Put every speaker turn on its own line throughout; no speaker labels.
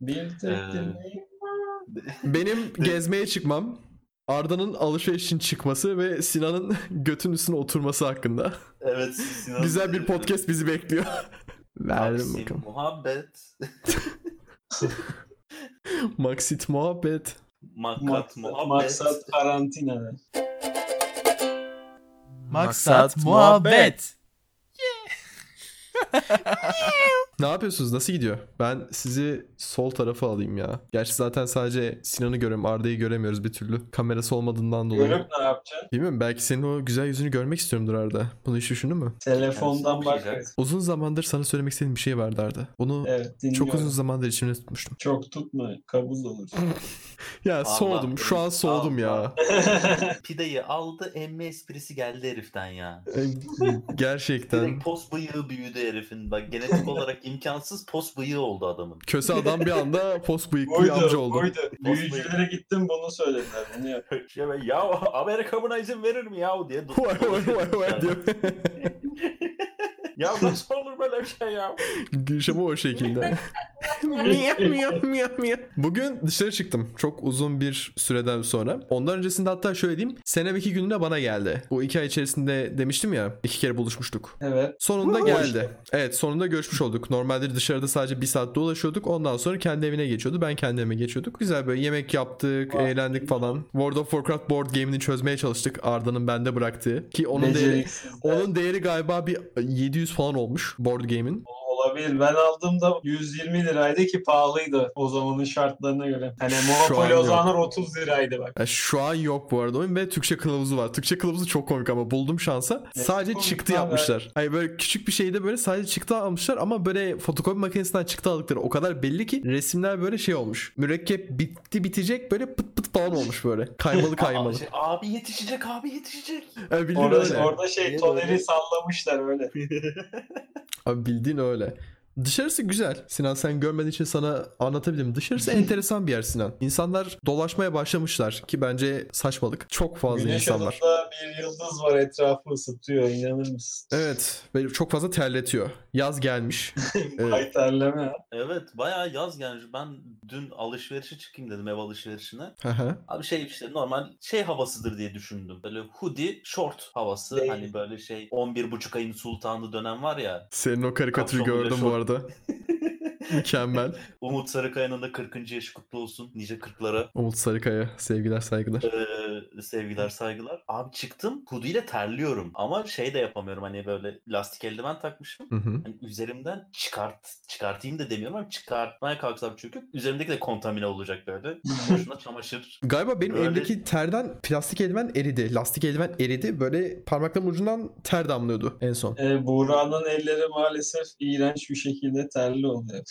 Bir tek
Ee,
dinleyin.
Benim gezmeye çıkmam, Arda'nın alışveriş için çıkması ve Sinan'ın götün üstüne oturması hakkında.
Evet Sinan.
Güzel bir podcast bizi bekliyor. Verdim
Taksim,
bakalım.
Muhabbet.
Maxit muhabbet.
Makat
Maksat,
muhabbet.
maksat karantina.
Maksat muhabbet.
Ne yapıyorsunuz? Nasıl gidiyor? Ben sizi sol tarafa alayım ya. Gerçi zaten sadece Sinan'ı görüyorum. Arda'yı göremiyoruz bir türlü. Kamerası olmadığından dolayı.
Görüp ne yapacaksın?
Bilmiyorum belki senin o güzel yüzünü görmek istiyorumdur Arda. Bunu hiç düşündün mü?
Telefondan
Kendisi
bak.
okuyacak.
Uzun zamandır sana söylemek istediğim bir şey vardı Arda. Onu
Evet dinliyorum.
çok uzun zamandır içimde tutmuştum.
Çok tutma. Kabuz olur.
Ya
Allah
soğudum. Şu an
benim-
soğudum ya.
Allah. Pideyi aldı emme esprisi geldi heriften ya.
Gerçekten.
Direkt pos bıyığı büyüdü herifin. Bak genetik olarak imkansız pos bıyığı oldu adamın.
Köse adam bir anda pos bıyıklı bir amca
buydu,
oldu.
buydu. Büyücülere gittim bunu söylediler. Bunu yap.
Ya, ben, ya Amerika buna izin verir mi ya diye. do-
Vay vay vay vay diyor.
ya nasıl olur böyle bir şey ya?
Gülşah'ı o şekilde. Miyav, miyav, miyav, miyav. Bugün dışarı çıktım. Çok uzun bir süreden sonra. Ondan öncesinde hatta şöyle diyeyim. Senem iki gününe bana geldi. Bu iki ay içerisinde demiştim ya. iki kere buluşmuştuk.
Evet.
Sonunda
Woohoo.
geldi. Evet sonunda görüşmüş olduk. Normalde dışarıda sadece bir saat dolaşıyorduk. Ondan sonra kendi evine geçiyordu. Ben kendi evime geçiyorduk. Güzel böyle yemek yaptık,
Vay.
eğlendik falan. World of Warcraft board game'ini çözmeye çalıştık. Arda'nın bende bıraktığı. Ki onun değeri,
Beceriksiz.
onun değeri galiba bir 700 falan olmuş board game'in.
Olabilir. Ben aldığımda 120 liraydı ki pahalıydı o zamanın şartlarına göre. Hani
Şu an
Monopoly o
yok.
zamanlar 30 liraydı bak.
Ya şu an yok bu arada oyun ve Türkçe kılavuzu var. Türkçe kılavuzu çok komik ama buldum şansa.
Ne
Sadece
komik
çıktı
lan be.
yapmışlar. Hayır böyle küçük bir şeyde böyle sadece çıktı almışlar ama böyle fotokopi makinesinden çıktı aldıkları o kadar belli ki resimler böyle şey olmuş. Mürekkep bitti bitecek böyle pıt pıt falan olmuş böyle. Kaymalı kaymalı.
Aa, şey, abi yetişecek abi yetişecek.
Yani bildiğin öyle.
Orada, orada şey
Niye
toneri
böyle?
sallamışlar öyle.
Abi bildiğin öyle. Dışarısı güzel. Sinan sen görmediğin için sana anlatabilirim. Dışarısı enteresan bir yer Sinan. İnsanlar dolaşmaya başlamışlar ki bence saçmalık. Çok fazla
Güneş
insan var.
alında bir yıldız var etrafı ısıtıyor inanır mısın?
Evet. Beni çok fazla terletiyor. Yaz gelmiş. Evet.
Ay terleme.
Evet bayağı yaz gelmiş. Ben dün alışverişe çıkayım dedim ev alışverişine.
Aha.
Abi şey işte normal şey havasıdır diye düşündüm. Böyle hoodie, short havası.
Değil.
Hani böyle şey 11.5 ayın sultanı dönem var ya.
Senin o karikatürü
Kapşonlu
gördüm bu
yaşam.
arada. Mükemmel.
Umut Sarıkaya'nın da 40. yaşı kutlu olsun. Nice 40'lara.
Umut Sarıkaya. Sevgiler saygılar.
Ee, sevgiler saygılar. Abi çıktım hoodie ile terliyorum. Ama şey de yapamıyorum hani böyle lastik eldiven takmışım.
Hı hı.
Hani üzerimden çıkart çıkartayım da demiyorum ama çıkartmaya kalksam çünkü üzerimdeki de kontamine olacak böyle. Boşuna çamaşır
Galiba benim
Böyle-
elimdeki terden plastik eldiven eridi. Lastik eldiven eridi. Böyle parmaklarım ucundan ter damlıyordu en son.
Ee, Buğra'nın elleri maalesef iğrenç bir şekilde terli oluyor.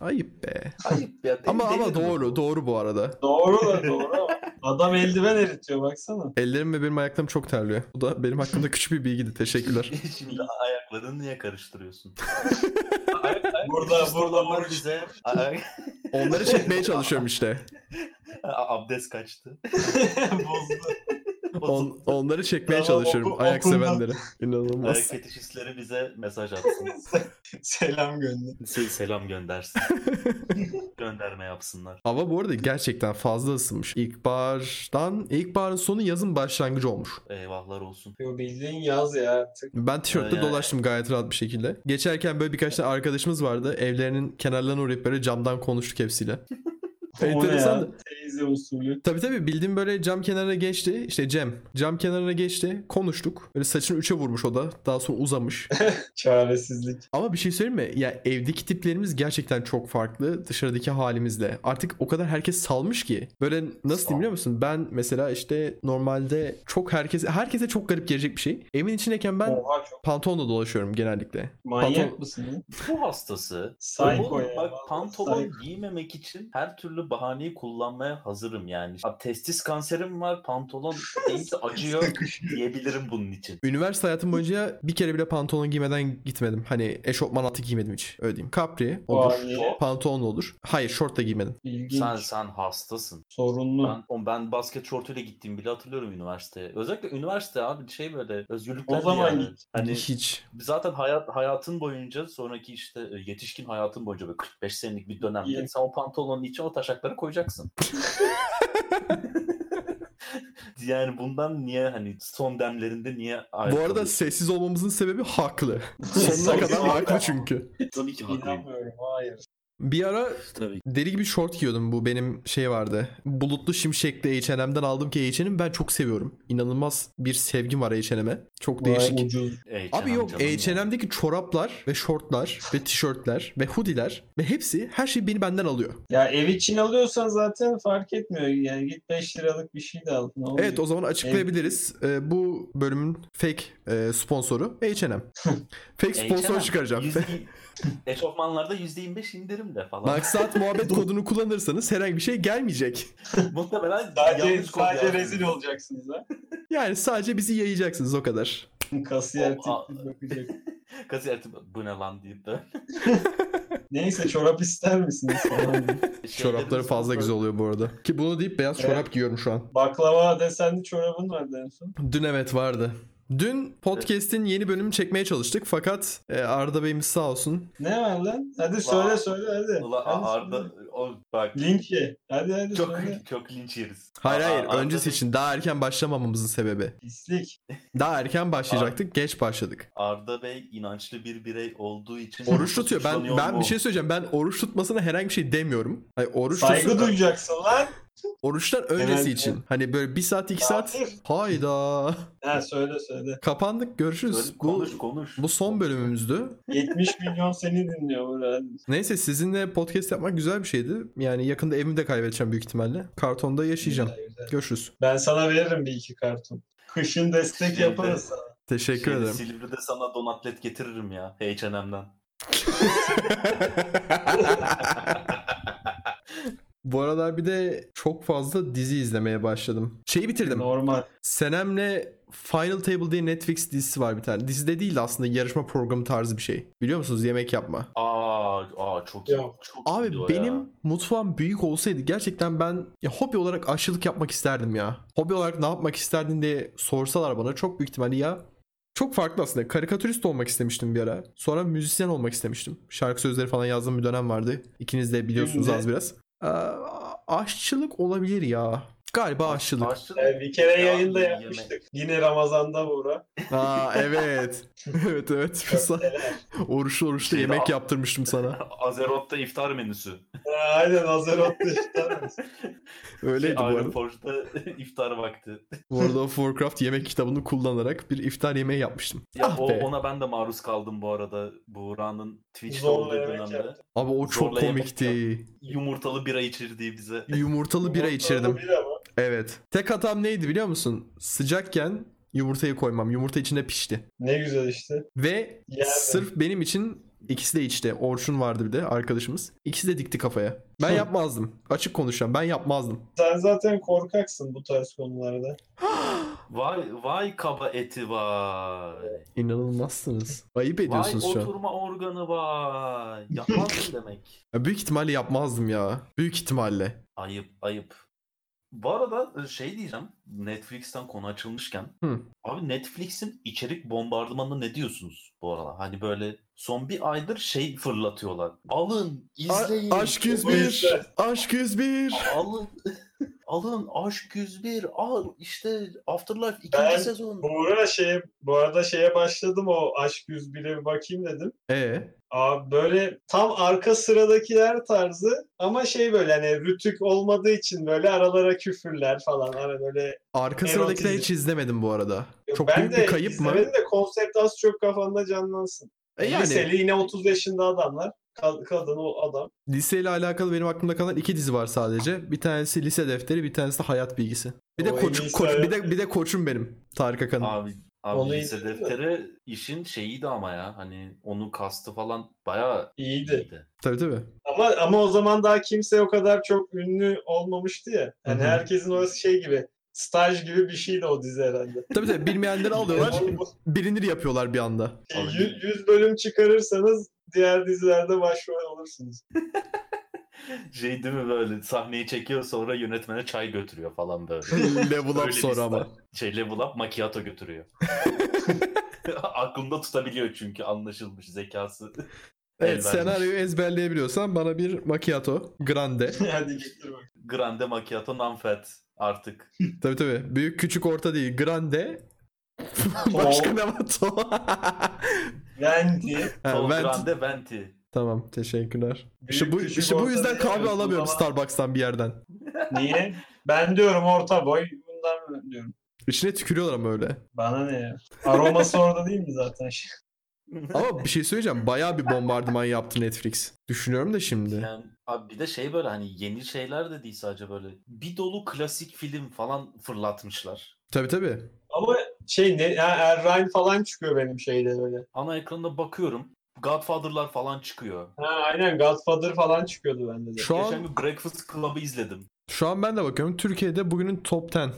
Ayıp be.
Ayıp ya. deli-
Ama ama
delirdin mi?
doğru. Doğru bu arada.
Doğru da doğru. ama Adam eldiven eritiyor baksana.
Ellerim ve benim ayaklarım çok terliyor. Bu da benim hakkımda küçük bir bilgiydi. Teşekkürler.
Şimdi ayaklarını niye karıştırıyorsun?
Burada burada
Bunlar
oruç.
bize Ay-
Onları çekmeye çalışıyorum işte.
A- abdest kaçtı.
bozdu.
On- onları çekmeye
Tamam,
çalışıyorum.
oku-
Ayak
okundan.
sevenleri. İnanılmaz.
Ayak fetişistleri bize mesaj atsın.
Selam gönder.
Se- Selam göndersin. Gönderme yapsınlar.
Hava bu arada gerçekten fazla ısınmış. İlkbahardan, ilkbaharın sonu yazın başlangıcı olmuş.
Eyvahlar olsun.
Yo bildiğin yaz ya artık.
Ben tişörtte
Ay, ay.
dolaştım gayet rahat bir şekilde. Geçerken böyle birkaç tane arkadaşımız vardı. Evlerinin kenarlarına uğrayıp böyle camdan konuştuk hepsiyle.
O ne
Enteresan.
ya? Teyze usulü.
Tabii tabii bildiğim böyle cam kenarına geçti. İşte Cem. Cam kenarına geçti. Konuştuk. Böyle saçını üçe vurmuş o da. Daha sonra uzamış.
Çaresizlik.
Ama bir şey söyleyeyim mi? Ya evdeki tiplerimiz gerçekten çok farklı dışarıdaki halimizle. Artık o kadar herkes salmış ki. Böyle nasıl diyeyim biliyor musun? Ben mesela işte normalde çok herkes herkese çok garip gelecek bir şey. Evin içindeyken ben
Oha çok
pantolonla dolaşıyorum genellikle.
manyak
Pantolon-
mısın? ya?
Bu hastası.
Psycho
Oğlum
ya.
Bak
vallahi
pantolon
psycho.
giymemek için her türlü türlü bahaneyi kullanmaya hazırım yani. Ha, testis kanserim var, pantolon değilse acıyor diyebilirim bunun için.
Üniversite hayatım boyunca bir kere bile pantolon giymeden gitmedim. Hani eşofman altı giymedim hiç. Öyle diyeyim. Capri olur.
Vay.
Pantolon da olur. Hayır şort da giymedim.
İlginç.
Sen sen hastasın.
Sorunlu.
Ben, o- ben basket şortuyla gittiğimi bile hatırlıyorum üniversiteye. Özellikle üniversite abi şey böyle özgürlükler
O zaman
yani.
git.
Hani
Hiç.
zaten hayat hayatın boyunca sonraki işte e, yetişkin hayatın boyunca böyle 45 senelik bir dönemde
İyi.
sen o pantolonun içine o taşakları koyacaksın. yani bundan niye hani son demlerinde niye
Bu arada
ayrılıyorsun?
sessiz olmamızın sebebi haklı. Sonuna kadar haklı çünkü.
tabii ki haklıyım.
İnanmıyorum. Hayır.
Bir ara
Tabii ki.
deli gibi şort giyiyordum bu benim şey vardı. Bulutlu Şimşek'te H&M'den aldım ki H&M'i ben çok seviyorum. İnanılmaz bir sevgim var H&M'e. Çok değişik.
Vay ucuz.
Abi
H&M
yok
canım ya.
H&M'deki çoraplar ve şortlar ve tişörtler ve hoodiler ve hepsi her şey beni benden alıyor.
Ya ev için alıyorsan zaten fark etmiyor. Yani git 5 liralık bir şey de al. Ne oluyor?
Evet o zaman açıklayabiliriz. Ee, bu bölümün fake e, sponsoru H&M. fake sponsor
H&M,
çıkaracağım.
yüzde- Eşofmanlarda %25 indirim de falan.
Maksat muhabbet kodunu kullanırsanız herhangi bir şey gelmeyecek.
Muhtemelen
Sadece,
yanlış kod
sadece
yazdınız.
rezil olacaksınız ha.
Yani sadece bizi yayacaksınız o kadar.
Kasiyer
O-
tip bakacak.
Kasiyer tip, bu ne lan deyip de.
Neyse çorap ister misiniz? falan.
Çorapları fazla güzel oluyor bu arada. Ki bunu deyip beyaz
Evet.
çorap giyiyorum şu an.
Baklava desenli çorabın vardı en son.
Dün evet vardı. Dün podcast'in yeni bölümünü çekmeye çalıştık fakat e, Arda Bey'imiz sağ olsun.
Ne var lan? Hadi söyle söyle hadi.
Ula
Hadi
Arda
söyle.
o bak
Link ye. Hadi hadi
çok
söyle.
çok linç yeriz.
Hayır
Aa,
hayır
Arda
öncesi
Bey-
için daha erken başlamamamızın sebebi.
Pislik.
Daha erken başlayacaktık geç başladık.
Arda Bey inançlı bir birey olduğu için
Oruç tutuyor. Ben
suçlanıyor
ben
mu?
bir şey söyleyeceğim. Ben oruç tutmasına herhangi bir şey demiyorum. Hayır, oruç
Saygı
tutsun-
duyacaksın lan.
oruçtan öncesi
Genelde-
için. Hani böyle bir saat iki saat.
Hayır.
Hayda.
Ha söyle söyle.
Kapandık görüşürüz.
Söyle,
Bu,
konuş konuş.
bu son bölümümüzdü.
70 milyon seni dinliyor burada.
Neyse sizinle podcast yapmak güzel bir şeydi. Yani yakında evimi de kaybedeceğim büyük ihtimalle. Kartonda yaşayacağım.
Güzel, güzel.
Görüşürüz.
Ben sana veririm bir iki karton. Kışın destek
Şimdi-
yaparız sana.
Teşekkür
Şeyde,
ederim.
Silivri'de sana donatlet getiririm ya H&M'den.
Bu aralar bir de çok fazla dizi izlemeye başladım. Şeyi bitirdim.
Normal.
Senem'le Final Table diye Netflix dizisi var bir tane. Dizi de değil aslında yarışma programı tarzı bir şey. Biliyor musunuz yemek yapma.
Aa, aa çok iyi.
Yok.
Çok
Abi
iyi o ya.
benim mutfağım büyük olsaydı gerçekten ben ya hobi olarak aşçılık yapmak isterdim ya. Hobi olarak ne yapmak isterdin diye sorsalar bana çok büyük ihtimalle ya çok farklı aslında. Karikatürist olmak istemiştim bir ara. Sonra müzisyen olmak istemiştim. Şarkı sözleri falan yazdığım bir dönem vardı. İkiniz de biliyorsunuz
Şimdi-
az biraz. Ee, aşçılık olabilir ya. Galiba aşçılık.
Aşçılık.
Ee, bir kere
Ya,
yayında
yemek.
yapmıştık. Yine Ramazan'da Buğra.
Aa evet. evet evet. Oruçlu oruçlu
Şeyde-
yemek yaptırmıştım sana.
Azerot'ta iftar menüsü.
Ha, Aynen hazır otlu işte.
Öyleydi bu arada.
Iron Forge'da iftar vakti.
World of Warcraft yemek kitabını kullanarak bir iftar yemeği yapmıştım.
Ya
Ah
o,
be.
ona ben de maruz kaldım bu arada. Buğra'nın Twitch'te
Zorla
olduğu
yemek
dönemde.
yaptı.
Abi o çok
Zorla yemek
komikti.
Yumurtalı bira içirdiği bize.
Yumurtalı bira içirdim.
Bira mı?
Evet. Tek hatam neydi biliyor musun? Sıcakken yumurtayı koymam. Yumurta içinde pişti.
Ne güzel işte.
Ve
Yerdim.
sırf benim için ikisi de içti. Orçun vardı bir de arkadaşımız. İkisi de dikti kafaya. Ben yapmazdım. Açık konuşacağım. Ben yapmazdım.
Sen zaten korkaksın bu tarz konularda.
Vay vay kaba eti vay.
İnanılmazsınız. Ayıp
Vay
ediyorsunuz şu an.
oturma organı vay. Yapmazsın demek.
Ya büyük ihtimalle yapmazdım ya. Büyük ihtimalle.
Ayıp ayıp. Bu arada şey diyeceğim. Netflix'ten konu açılmışken.
Hı.
Abi Netflix'in içerik bombardımanına ne diyorsunuz bu arada? Hani böyle son bir aydır şey fırlatıyorlar. Alın izleyin.
A- aşk 101.
yüzden.
Aşk 101.
Alın. Alın Aşk 101. Al işte Afterlife 2.
Ben-
sezon.
Buğra şey, bu arada şeye başladım o Aşk 101'e bir bakayım dedim.
E
Abi böyle tam arka sıradakiler tarzı ama şey böyle hani rütük olmadığı için böyle aralara küfürler falan. Hani böyle
arka
Erotizm.
sıradakileri hiç izlemedim bu arada. Çok
ben
büyük
de
bir kayıp mı?
izlemedim de konsept az çok kafanda canlansın.
E yani
Liseli yine 30 yaşında adamlar. Ka- kadın o adam.
liseyle alakalı benim aklımda kalan iki dizi var sadece. Bir tanesi lise defteri, bir tanesi de hayat bilgisi. Bir de
O en
koç,
iyisi
koç-
hayat
bir de bir de koçum benim Tarık Akan'ın.
Abi Abi
Onu
lise
izledin mi?
defteri işin şeyiydi ama ya. Hani onun kastı falan bayağı
İyiydi.
iyiydi.
Tabii tabii.
Ama ama o zaman daha kimse o kadar çok ünlü olmamıştı ya. Hani
Hı hı.
herkesin orası şey gibi staj gibi bir şeydi o dizi herhalde.
Tabii tabii bilmeyenleri alıyorlar.
Yani bu
bilinir yapıyorlar bir anda.
şey, yü- 100 bölüm çıkarırsanız diğer dizilerde başrol olursunuz.
Şey değil mi böyle sahneyi çekiyor sonra yönetmene çay götürüyor falan böyle.
Level
Öyle
up
bir
sonra ama.
star. Şey level up macchiato götürüyor. Aklımda tutabiliyor çünkü anlaşılmış zekası. Şey
Evet
El
senaryoyu ezberleyebiliyorsan bana bir macchiato grande.
Hadi getir bak.
Grande macchiato non-fat artık.
tabii tabii. Büyük küçük orta değil. Grande. Başka ne var? To.
Vendi.
Ha,
Tol
ben-
grande venti.
Tamam teşekkürler. İşte
büyük
bu,
küçük
işte bu
orta
yüzden
boy
kahve
diyorsun
alamıyorum
ama
Starbucks'tan bir yerden.
Niye? Ben diyorum orta boy. Bundan diyorum.
İçine tükürüyorlar ama öyle.
Bana ne ya? Aroması orada değil mi zaten?
Ama bir şey söyleyeceğim. Bayağı bir bombardıman yaptı Netflix. Düşünüyorum da şimdi.
Yani abi bir de şey böyle hani yeni şeyler de değil sadece böyle bir dolu klasik film falan fırlatmışlar.
Tabii tabii.
Ama şey ne? Ya Errain falan çıkıyor benim şeyde böyle.
Ana ekranda bakıyorum. Godfather'lar falan çıkıyor.
Ha aynen Godfather falan çıkıyordu bende de.
Şu
Geçen
an
gün Breakfast Club'ı izledim.
şu an ben de bakıyorum. Türkiye'de bugünün top 10.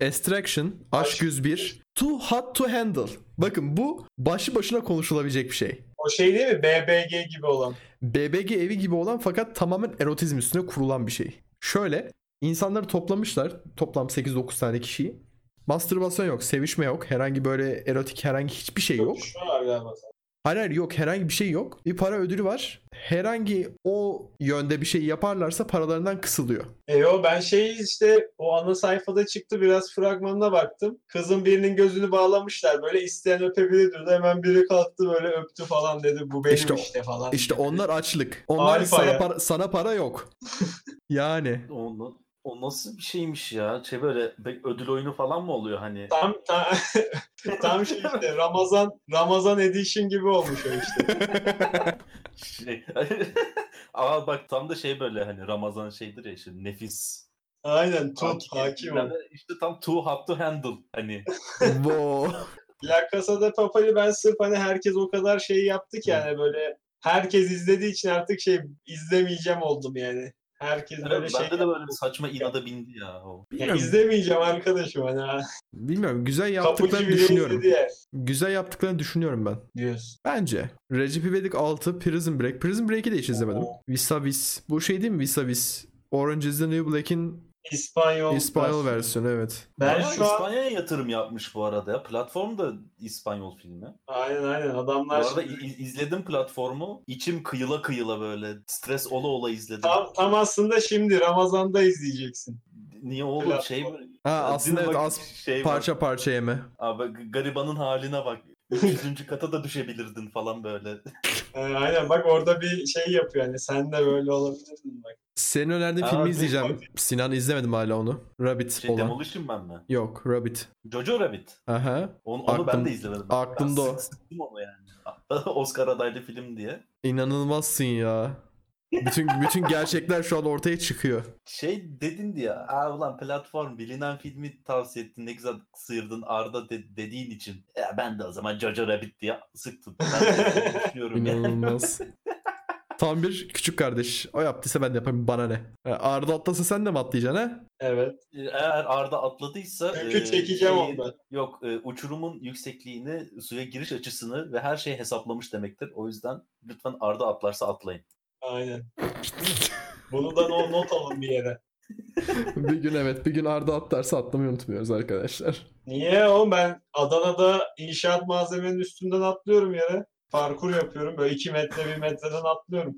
Extraction, Aşk 101, Too Hot to Handle. Bakın bu başlı başına konuşulabilecek bir şey.
O şey değil mi? BBG gibi olan.
BBG evi gibi olan fakat tamamen erotizm üstüne kurulan bir şey. Şöyle insanları toplamışlar toplam 8-9 tane kişiyi. Mastürbasyon yok, sevişme yok, herhangi böyle erotik herhangi hiçbir şey yok.
Şu var galiba.
Hayır hayır yok herhangi bir şey yok. Bir para ödülü var. Herhangi o yönde bir şey yaparlarsa paralarından kısılıyor.
E o ben şey işte o ana sayfada çıktı biraz fragmanına baktım. Kızın birinin gözünü bağlamışlar böyle isteyen öpebilir diyordu. Hemen biri kalktı böyle öptü falan dedi bu benim
İşte
işte,
o-
falan.
İşte onlar açlık. Onlar
Alfa
sana
ya.
para, sana para yok. yani.
O, na- o nasıl bir şeymiş ya? Şey böyle be- ödül oyunu falan mı oluyor hani?
Tam, tam, tam şey işte Ramazan Ramazan Edition gibi olmuş o işte.
Şey, Aa bak tam da şey böyle hani Ramazan şeydir ya işte nefis.
Aynen tut hakim ol.
İşte tam too hot to handle hani.
Wow.
La Casa de Papel'i ben sırf hani herkes o kadar şey yaptı ki yani böyle herkes izlediği için artık şey izlemeyeceğim oldum yani. Herkes böyle
Bende
şey
de böyle bir saçma inada bindi ya o.
ya
Bilmiyorum,
izlemeyeceğim arkadaşım hani. ha.
bilmiyorum. Güzel
Kapıcı
yaptıklarını
bile
düşünüyorum.
izledi ya.
Güzel yaptıklarını düşünüyorum ben.
Diyorsun.
Bence. Recep İvedik 6, Prison Break. Prison Break'i de hiç izlemedim. Visavis. Bu şey değil mi Visavis? Orange is the New Black'in
İspanyol.
İspanyol versiyonu evet.
Ben
Bayağı
şu an
İspanya'ya yatırım yapmış bu arada ya. Platform da İspanyol filmi.
aynen aynen
Bu
adamlar
arada
şimdi-
i- i- izledim platformu. İçim kıyıla kıyıla böyle stres ola ola izledim.
tam, tam aslında şimdi Ramazan'da izleyeceksin.
Niye oğlum
Platform.
şey
Ha
Ya
aslında
dün
evet
bak
az
şey var.
parça parça yeme.
Abi g- garibanın haline bak. 300. kata da düşebilirdin falan böyle.
Ee, aynen bak orada bir şey yapıyor hani sen de böyle olabilirsin bak.
Senin önerdiğin
Aa,
filmi
dur,
izleyeceğim. Sinan izlemedim hala onu. Rabbit
Şey
olan.
Demolition Man mi?
Yok Rabbit.
Jojo Rabbit.
Aha.
Onu, onu ben
Aklım-
de izlemedim.
aklımda
Ben
o.
Sıktım onu yani. Oscar adaylı film diye.
İnanılmazsın ya. Bütün bütün gerçekler şu an ortaya çıkıyor.
Şey dedin diye. Aa ulan platform bilinen filmi tavsiye ettin. Ne güzel sıyırdın Arda de- dediğin için. Ya ben de o zaman Jojo Rabbit diye sıktım. Ben de düşünüyorum yani.
İnanılmaz. Tam bir küçük kardeş. O yaptıysa ben de yaparım. Bana ne? Ha, Arda atlasa sen de mi atlayacaksın ha?
Evet.
E, Eğer Arda atladıysa
Çünkü
e,
çekeceğim
şeyi-
onda.
Yok e, uçurumun yüksekliğini, suya giriş açısını ve her şeyi hesaplamış demektir. O yüzden lütfen Arda atlarsa atlayın.
Aynen. Bunu da no- not alın bir yere.
bir gün evet. Bir gün Arda atlarsa atlamayı unutmuyoruz arkadaşlar.
Niye oğlum ben Adana'da inşaat malzemenin üstünden atlıyorum yere. Parkur yapıyorum böyle 2 metre 1 metreden atlıyorum.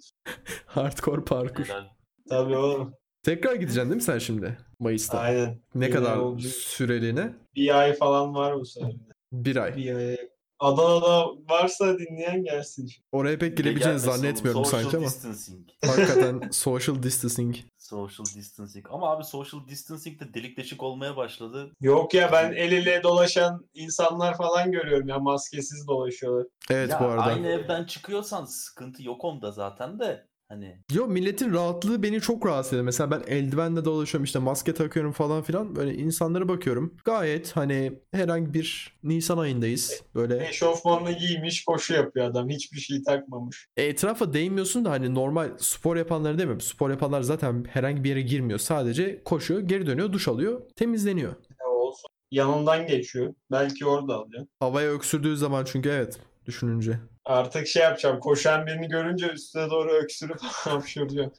Hardcore parkur.
Helal.
Tabii oğlum.
Tekrar gideceksin değil mi sen şimdi? Mayıs'ta.
Aynen.
Ne
Yine
kadar
oldu.
süreliğine?
Bir ay falan var bu sefer.
Bir ay.
Bir ay. Adana'da varsa dinleyen gelsin.
Oraya pek
Bir de
girebileceğini
gelmesin oğlum.
zannetmiyorum
social
sanki ama.
distancing.
Hakikaten social distancing.
Social distancing. Ama abi social distancing de delik deşik olmaya başladı.
Yok ya ben el ele dolaşan insanlar falan görüyorum ya maskesiz dolaşıyorlar.
Evet
Ya
bu arada.
Aynı evden çıkıyorsan sıkıntı yok onda zaten de. Hani
Yo milletin rahatlığı beni çok rahatsız ediyor. Mesela ben eldivenle dolaşıyorum işte maske takıyorum falan filan. Böyle insanlara bakıyorum. Gayet hani herhangi bir Nisan ayındayız. Böyle
Eşofmanını giymiş koşu yapıyor adam. Hiçbir şey takmamış.
etrafa değmiyorsun da hani normal spor yapanları demiyorum. Spor yapanlar zaten herhangi bir yere girmiyor. Sadece koşuyor, geri dönüyor, duş alıyor, temizleniyor.
Ne olsun. Yanından geçiyor. Belki orada alıyor.
Havaya öksürdüğü zaman çünkü evet düşününce.
Artık şey yapacağım. Koşan birini görünce üstüne doğru öksürüp hapşıracağım.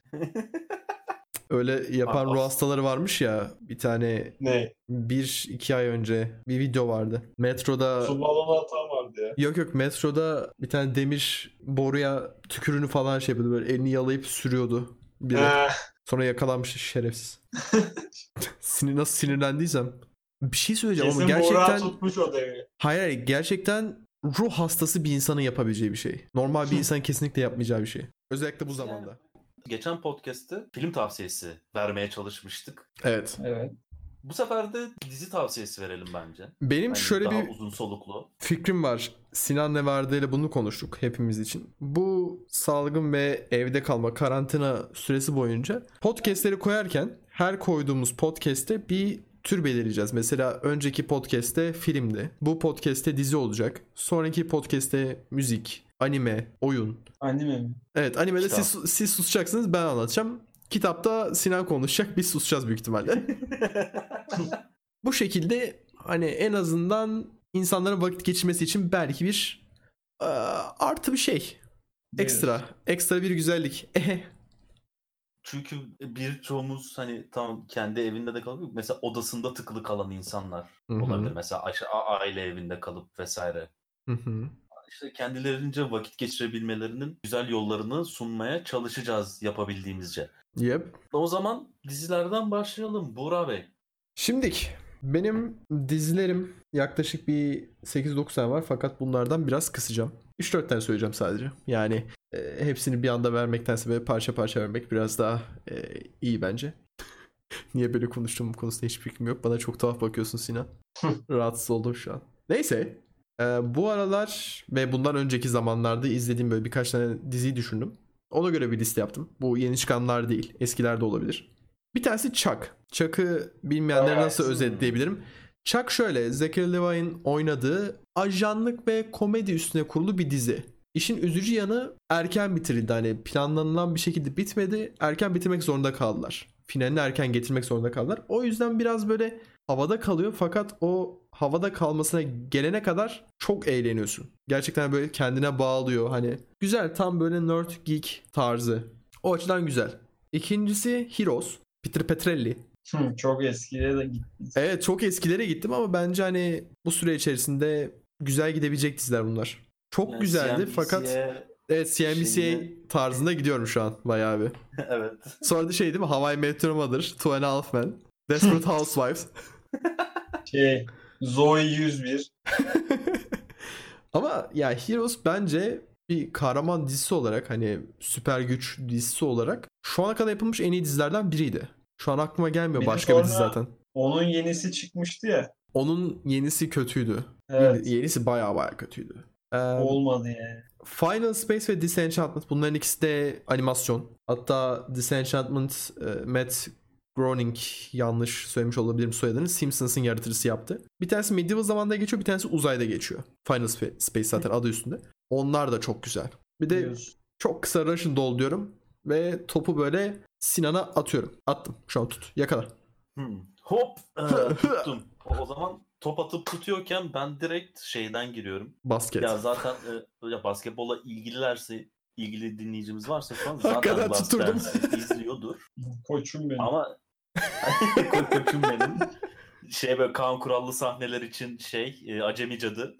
Öyle yapan
Aa,
ruh
as-
hastaları varmış ya bir tane
Ne?
bir iki ay önce bir video vardı. Metroda
Su balonu atan vardı ya.
Yok yok metroda bir tane demir boruya tükürünü falan şey yapıyordu. Böyle elini yalayıp sürüyordu. Bir de.
Ha,
Sonra yakalanmış şerefsiz. Sinir nasıl sinirlendiysem. Bir şey söyleyeceğim
kesin
ama
Buğra
gerçekten
tutmuş o devri.
hayır, hayır gerçekten ruh hastası bir insanın yapabileceği bir şey. Normal bir insan kesinlikle yapmayacağı bir şey. Özellikle bu zamanda.
geçen podcast'te film tavsiyesi vermeye çalışmıştık.
Evet.
Evet.
Bu sefer de dizi tavsiyesi verelim bence.
Benim
Bence
şöyle
daha
bir
uzun soluklu.
fikrim var. Sinan'la Varda ile bunu konuştuk hepimiz için. Bu salgın ve evde kalma karantina süresi boyunca podcastleri koyarken her koyduğumuz podcast'te bir tür belirleyeceğiz. Mesela önceki podcast'te filmdi. Bu podcast'te dizi olacak. Sonraki podcast'te müzik, anime, oyun.
Anime mi?
Evet animede
Kitap.
siz, siz susacaksınız ben anlatacağım. Kitapta Sinan konuşacak biz susacağız büyük ihtimalle. Bu şekilde hani en azından insanların vakit geçirmesi için belki bir e, artı bir şey. Ekstra. Ekstra bir güzellik. Ehe.
Çünkü birçoğumuz hani tam kendi evinde de kalıyor. Mesela odasında tıkılı kalan insanlar
Hı hı.
olabilir. Mesela aş- a- aile evinde kalıp vesaire.
Hı hı.
İşte kendilerince vakit geçirebilmelerinin güzel yollarını sunmaya çalışacağız yapabildiğimizce.
yep.
O zaman dizilerden başlayalım Buğra Bey.
Şimdik. Benim dizilerim yaklaşık bir 8-9 tane var fakat bunlardan biraz kısacağım. 3-4 tane söyleyeceğim sadece. Yani e, hepsini bir anda vermektense böyle parça parça vermek biraz daha e, iyi bence. Niye böyle konuştuğum konusunda hiçbir fikrim yok. Bana çok tuhaf bakıyorsun Sinan. Rahatsız oldum şu an. Neyse. e, bu aralar ve bundan önceki zamanlarda izlediğim böyle birkaç tane diziyi düşündüm. Ona göre bir liste yaptım. Bu yeni çıkanlar değil. Eskiler de olabilir. Bir tanesi Chuck. Chuck'ı bilmeyenlere
Evet.
nasıl özetleyebilirim? Chuck şöyle. Zachary Levine'in oynadığı ajanlık ve komedi üstüne kurulu bir dizi. İşin üzücü yanı erken bitirildi. Hani planlanılan bir şekilde bitmedi. Erken bitirmek zorunda kaldılar. Finalini erken getirmek zorunda kaldılar. O yüzden biraz böyle havada kalıyor fakat o havada kalmasına gelene kadar çok eğleniyorsun. Gerçekten böyle kendine bağlıyor hani. Güzel tam böyle nerd geek tarzı. O açıdan güzel. İkincisi Heroes. Peter Petrelli.
Hı, çok eskiye de gitti.
Evet çok eskilere gittim ama bence hani bu süre içerisinde güzel gidebilecek diziler bunlar. Çok
Yani
güzeldi
CNBC'ye
fakat evet CNBC
şeyine-
tarzında gidiyorum şu an bayağı bir.
evet.
Sonra da şey değil mi? Hawaii Meteor Mother, Two and a Half Men, Desperate Housewives.
Şey, Zoe 101.
Ama ya Heroes bence bir kahraman dizisi olarak hani süper güç dizisi olarak şu ana kadar yapılmış en iyi dizilerden biriydi. Şu an aklıma gelmiyor
Bir de
başka bir dizi
sonra-
zaten.
Onun yenisi çıkmıştı ya.
Onun yenisi kötüydü.
Evet.
Yenisi baya baya kötüydü. Ee,
Olmadı yani.
Final Space ve Disenchantment bunların ikisi de animasyon. Hatta Disenchantment e, Matt Groening yanlış söylemiş olabilirim soyadını Simpsons'ın yaratıcısı yaptı. Bir tanesi medieval zamanda geçiyor bir tanesi uzayda geçiyor. Final Sp- Space zaten adı üstünde. Onlar da çok güzel. Bir de
Biliyorsun.
çok kısa Russian doll diyorum ve topu böyle Sinan'a atıyorum. Attım. Şu an tut. Yakala.
Hmm. Hop ee, tuttum. O o zaman top atıp tutuyorken ben direkt şeyden giriyorum.
Basket.
Ya zaten e, ya basketbola ilgililerse ilgili dinleyicimiz varsa şu an
Hakikaten
zaten Last
tuturdum.
Dance'i izliyordur.
Koçum benim.
Ama koçum benim. Şey böyle kan kurallı sahneler için şey e, acemi cadı.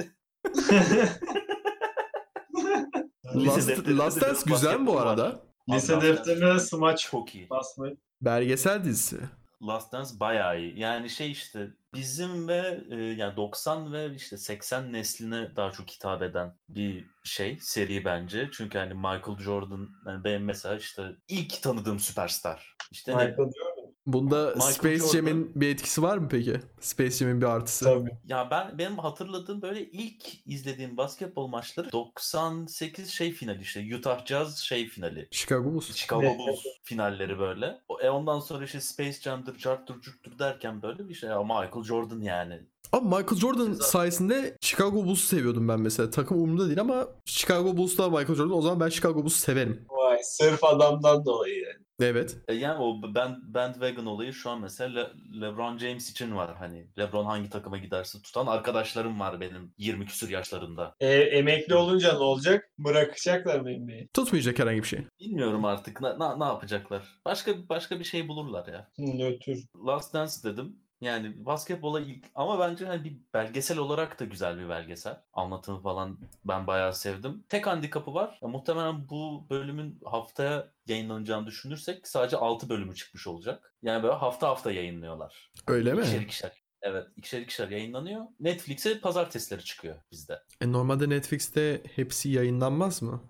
Last,
defterinde
Last
biraz
Dance güzel mi bu
basketbol var.
arada?
Lise
Last
defterine
Dance
smaç
Çok iyi.
basmayı.
Belgesel dizisi.
Last Dance bayağı iyi. Yani şey işte bizim ve e, yani 90 ve işte 80 nesline daha çok hitap eden bir şey seri bence. Çünkü hani Michael Jordan yani benim mesela işte ilk tanıdığım süperstar. İşte hani
Michael Jordan.
Bunda
Michael
Space
Jordan.
Jam'in bir etkisi var mı peki? Space Jam'in bir artısı.
Tabii.
Ya ben benim hatırladığım böyle ilk izlediğim basketbol maçları 98 şey finali işte Utah Jazz şey finali.
Chicago Bulls.
Chicago
Evet.
Bulls finalleri böyle. O- E ondan sonra işte Space Jam'dır, Cart'tır, Curt'tür derken böyle bir şey. Ya Michael Jordan yani.
Ama Michael Jordan
Zaten-
sayesinde Chicago Bulls'u seviyordum ben mesela. Takım umurumda değil ama Chicago Bulls'ta Michael Jordan. O zaman ben Chicago Bulls'u severim.
Vay sırf adamdan dolayı yani.
Evet.
E yani o ben bandwagon olayı şu an mesela Le- LeBron James için var. Hani LeBron hangi takıma giderse tutan arkadaşlarım var benim 20 küsür yaşlarında.
E, emekli olunca ne olacak? Bırakacaklar mı emmeyi?
Tutmayacak herhangi bir şey.
Bilmiyorum artık ne, ne, ne yapacaklar. Başka başka bir şey bulurlar ya.
Hı, Nötr.
Last Dance dedim. Yani basketbola ilk ama bence hani bir belgesel olarak da güzel bir belgesel. Anlatımı falan ben bayağı sevdim. Tek handikapı var. Ya muhtemelen bu bölümün haftaya yayınlanacağını düşünürsek sadece 6 bölümü çıkmış olacak. Yani böyle hafta hafta yayınlıyorlar.
Öyle mi?
ikişer ikişer. Evet, ikişer ikişer yayınlanıyor. Netflix'e pazartesileri çıkıyor bizde.
E, normalde Netflix'te hepsi yayınlanmaz mı?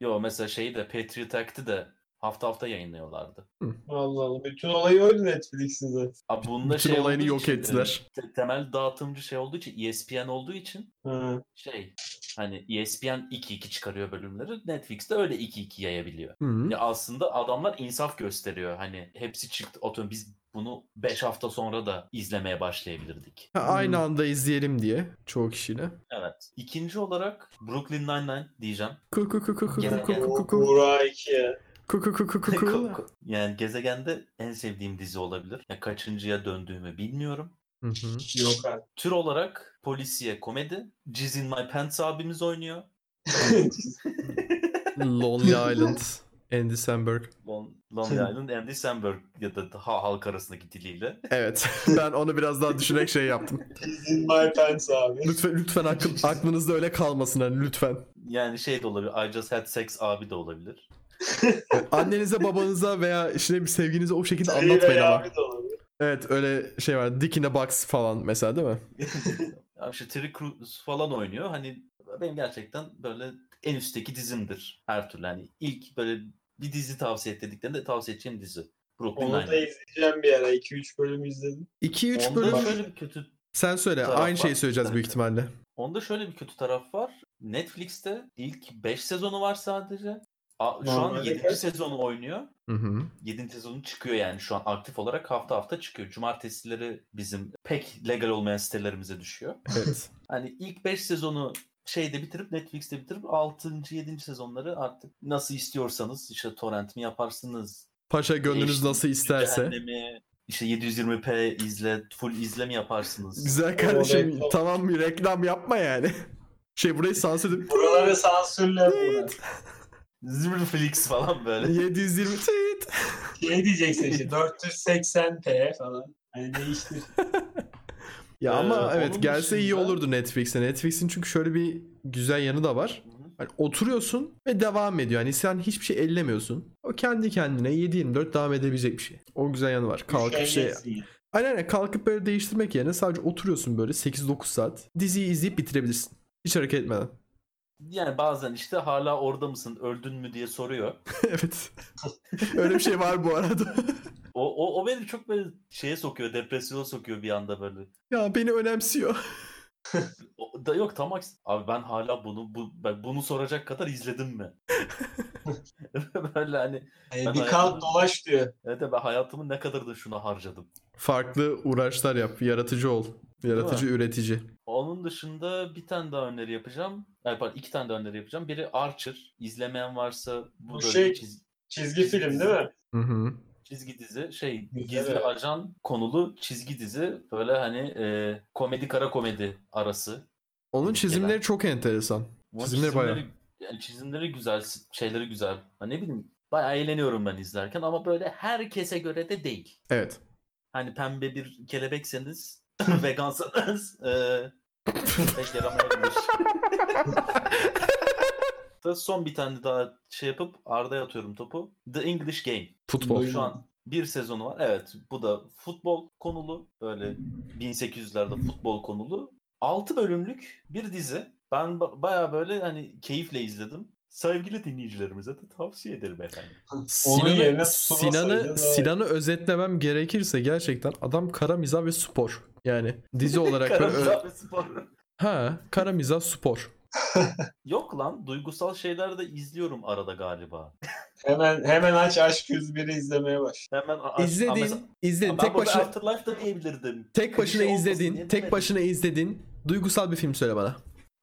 Yo mesela şeyi de Patriot Act'i de hafta hafta yayınlıyorlardı.
Allah Allah. Bütün olayı oydu Netflix'in zaten.
Aa, bunda
Bütün
şey
olayını
olduğu
yok
için,
ettiler.
e, te- temel dağıtımcı şey olduğu için ESPN olduğu için
Ha.
şey hani ESPN 2-2 çıkarıyor bölümleri. Netflix de öyle 2-2 yayabiliyor.
Hı.
Ya aslında adamlar insaf gösteriyor. Hani hepsi çıktı. Atıyorum biz bunu 5 hafta sonra da izlemeye başlayabilirdik.
Ha, aynı anda izleyelim diye çoğu kişiyle.
Evet. İkinci olarak Brooklyn Nine-Nine diyeceğim.
Ku ku ku ku ku
Genel-
ku ku ku ku.
Buğra 2 ya.
Ku ku ku ku ku ku.
yani gezegende en sevdiğim dizi olabilir. Ya kaçıncıya döndüğümü bilmiyorum.
Hı hı.
Yok artık.
Tür olarak polisiye komedi. Jizz in My Pants abimiz oynuyor.
Lonely Island. Andy Samberg.
Lon- Lonely Island Andy Samberg ya da daha halk arasındaki diliyle.
Evet. Ben onu biraz daha düşünerek şey yaptım.
He's in my pants abi.
Lütfen lütfen akıl, aklınızda öyle kalmasın hani lütfen.
Yani şey de olabilir. I just had sex abi de olabilir.
Annenize babanıza veya işte bir sevginize o şekilde
Seyir
anlatmayın ama.
ayağı da olabilir.
Evet öyle şey var. Dick in a box falan mesela değil mi?
Ya işte Terry Crews falan oynuyor. Hani benim gerçekten böyle en üstteki dizimdir her türlü. Hani ilk böyle bir dizi tavsiye et dediklerinde tavsiye edeceğim dizi. Brooklyn
Onu da
Nine-Nine.
izleyeceğim bir ara. 2-3 bölüm izledim.
2-3
Onda
bölüm.
şöyle bir kötü
Sen söyle.
taraf
Aynı şeyi
var.
söyleyeceğiz büyük ihtimalle.
Onda şöyle bir kötü taraf var. Netflix'te ilk 5 sezonu var sadece. A- Şu an
Normalde
7.
kaç?
sezonu oynuyor.
Hı hı.
7. sezonu çıkıyor yani şu an aktif olarak hafta hafta çıkıyor. Cumartesileri bizim pek legal olmayan sitelerimize düşüyor.
Evet.
Hani ilk 5 sezonu şeyde bitirip Netflix'te bitirip 6. 7. sezonları artık nasıl istiyorsanız işte torrent mi yaparsınız?
Paşa gönlünüz
HD,
nasıl isterse.
Cehennemi, işte 720p izle, full izle mi yaparsınız?
Güzel kardeşim
reklam.
tamam mı reklam yapma yani. Şey burayı sansür edip
Buraları sansürle Buğra.
tweet,
Zimmerflix falan böyle.
720 tweet.
Ne Şey diyeceksin işte 480p falan. Hani değiştir.
Ya ama
Ee,
evet
onun
gelse iyi
dışında-
olurdu Netflix'e. Netflix'in çünkü şöyle bir güzel yanı da var. Hani oturuyorsun ve devam ediyor. Hani sen hiçbir şey ellemiyorsun. O kendi kendine 7-24 devam edebilecek bir şey. O güzel yanı var. Kalkıp şey...
Üşengeçsin yani.
Aynen aynen kalkıp böyle değiştirmek yerine sadece oturuyorsun böyle 8-9 saat. Diziyi izleyip bitirebilirsin. Hiç hareket etmeden.
Yani bazen işte hala orada mısın, öldün mü diye soruyor.
evet. Öyle bir şey var bu arada.
O, o, o beni çok böyle şeye sokuyor, depresyona sokuyor bir anda böyle.
ya beni önemsiyor.
O- da yok tam aksi. Abi ben hala bunu bu, ben bunu soracak kadar izledim mi? böyle hani
Hani
Ben
bir
hayatımda-
kalk dolaş diyor.
Evet ben hayatımı ne kadar da şuna harcadım.
Farklı uğraşlar yap. Yaratıcı ol. Yaratıcı üretici.
Onun dışında bir tane daha öneri yapacağım. Ay pardon iki tane daha öneri yapacağım. Biri Archer. İzlemeyen varsa bu,
Bu
böyle
şey-
çiz-
Çizgi film değil mi?
Hı hı.
çizgi dizi şey
Güzel,
gizli
evet.
ajan konulu çizgi dizi böyle hani e, komedi kara komedi arası.
Onun çizimleri
Ülkeler.
çok enteresan.
Ama
Çizimleri bayağı.
yani çizimleri güzel, s- şeyleri güzel. Ha, ne bileyim bayağı eğleniyorum ben izlerken ama böyle herkese göre de değil.
Evet.
Hani pembe bir kelebekseniz, vegansanız eee pek yaramayabilir. Da Son bir tane daha şey yapıp Arda'ya atıyorum topu. The English Game.
Futbol.
Duy-
Şu an bir sezonu var. Evet bu da futbol konulu. Böyle 1800'lerde futbol konulu. 6 bölümlük bir dizi. Ben ba- bayağı böyle hani keyifle izledim. Sevgili dinleyicilerimize de tavsiye ederim efendim.
Onun yerine
Sinan'ı Sinan'ı,
tutulmasaydı daha-
Sinan'ı özetlemem gerekirse gerçekten adam kara mizah ve spor. Yani dizi olarak böyle-
Karamsar ve spor.
ha kara mizah spor.
Yok lan duygusal şeyler de izliyorum arada galiba.
Hemen hemen aç Aşk 101'i izlemeye baş.
Hemen a- a-
İzledin,
mesela-
izledin.
Ben
Tek
burada
başına
Afterlife da diyebilirdim.
tek başına
Klişe olmasın
izledin.
diye
Tek
demedim.
başına izledin. Duygusal bir film söyle bana.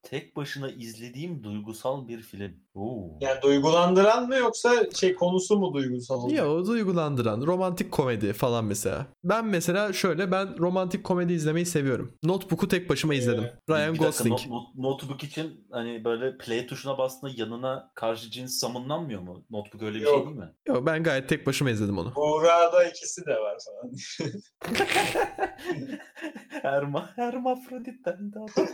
Tek başına izlediğim duygusal bir film. Oo.
Yani duygulandıran mı yoksa şey konusu mu duygusal? oldu?
Ya o duygulandıran romantik komedi falan mesela. Ben mesela şöyle ben romantik komedi izlemeyi seviyorum. Notebook'u tek başıma izledim. Ryan
Bir dakika,
Gosling.
not- not- notebook için hani böyle play tuşuna bastığında yanına karşı cins samınlanmıyor mu? Notebook öyle bir şey
Yok.
değil mi?
Yo, ben gayet tek başıma izledim onu.
Buğra'da ikisi de var falan.
Herma, hermafroditten de adam.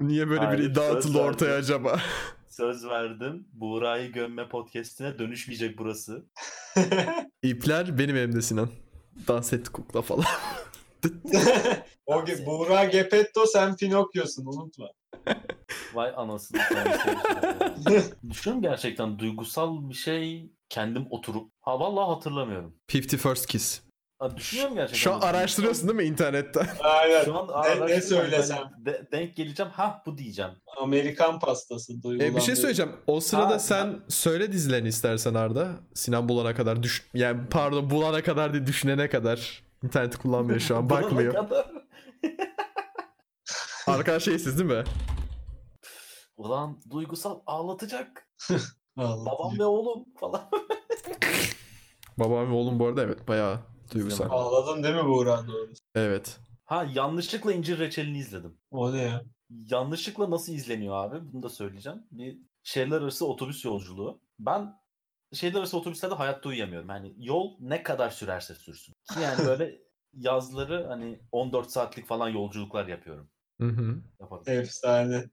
Niye böyle
Hayır,
bir iddia
söz
atıldı
verdim.
ortaya acaba?
Söz verdim. Buğra'yı gömme podcastine dönüşmeyecek burası.
İpler benim elimde Sinan. Dans et kukla falan.
o ge- Buğra Gepetto sen Pinokyo'sun unutma.
Vay anasını. satayım. Düşünün gerçekten duygusal bir şey kendim oturup. Ha vallahi hatırlamıyorum.
Fifty First Kiss.
Ha, düşünüyorum gerçekten.
Şu an araştırıyorsun değil mi internetten?
Aynen.
Şu an
Ne- ne
araştırıyorum.
söylesem?
Ben de- denk geleceğim. Ha bu diyeceğim.
Amerikan pastası duygulandırıyor.
E, bir şey söyleyeceğim. O sırada
Ha,
sen söyle dizilerini istersen Arda. Sinan bulana kadar düş... Yani pardon bulana kadar değil düşünene kadar. İnterneti kullanmıyor şu an
Bulana
bakmıyor.
kadar-
Arka şeysiz değil mi?
Ulan duygusal ağlatacak.
Allah.
Babam ve oğlum falan.
Babam ve oğlum bu arada evet bayağı duygusal.
Sinema.
Ağladın değil mi Buğra doğru?
Evet.
Ha yanlışlıkla incir reçelini izledim.
O ne ya?
Yanlışlıkla nasıl izleniyor abi? Bunu da söyleyeceğim. Bir şehirler arası otobüs yolculuğu. Ben şehirler arası otobüslerde hayatta uyuyamıyorum. Yani yol ne kadar sürerse sürsün. Ki yani böyle yazları hani 14 saatlik falan yolculuklar yapıyorum.
Hı hı.
Yaparım.
Efsane.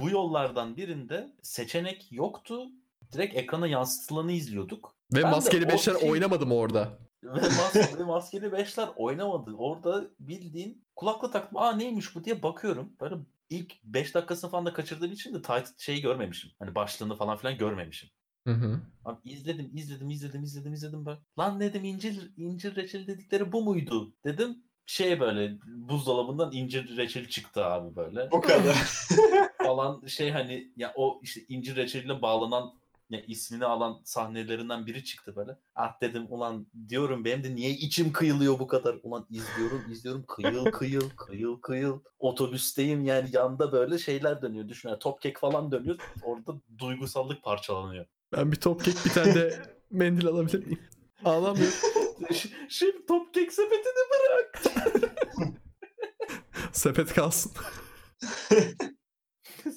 Bu yollardan birinde seçenek yoktu. Direkt ekrana yansıtılanı izliyorduk.
Ve
Ben de
maskeli
o
beşler
film-
oynamadı mı orada?
Ve maskeli, maskeli beşler oynamadı. Orada bildiğin kulaklık taktım. Aa neymiş bu diye bakıyorum. Böyle ilk 5 dakikasını falan da kaçırdığım için de title şeyi görmemişim. Hani başlığını falan filan görmemişim.
Hı hı.
Abi izledim, izledim, izledim, izledim, izledim. Ben. Lan dedim incir, incir reçeli dedikleri bu muydu? Dedim şey böyle buzdolabından incir reçeli çıktı abi böyle.
Bu kadar.
Falan şey hani ya o işte incir reçeliyle bağlanan ya ismini alan sahnelerinden biri çıktı böyle. Ah dedim ulan diyorum benim de niye içim kıyılıyor bu kadar. Ulan izliyorum izliyorum kıyıl kıyıl kıyıl kıyıl. Otobüsteyim yani yanda böyle şeyler dönüyor. Düşün yani top kek falan dönüyor. Orada duygusallık parçalanıyor.
Ben bir top kek bir tane de mendil alabilir miyim? Ağlamıyorum.
Şimdi top kek sepetini bırak.
Sepet kalsın.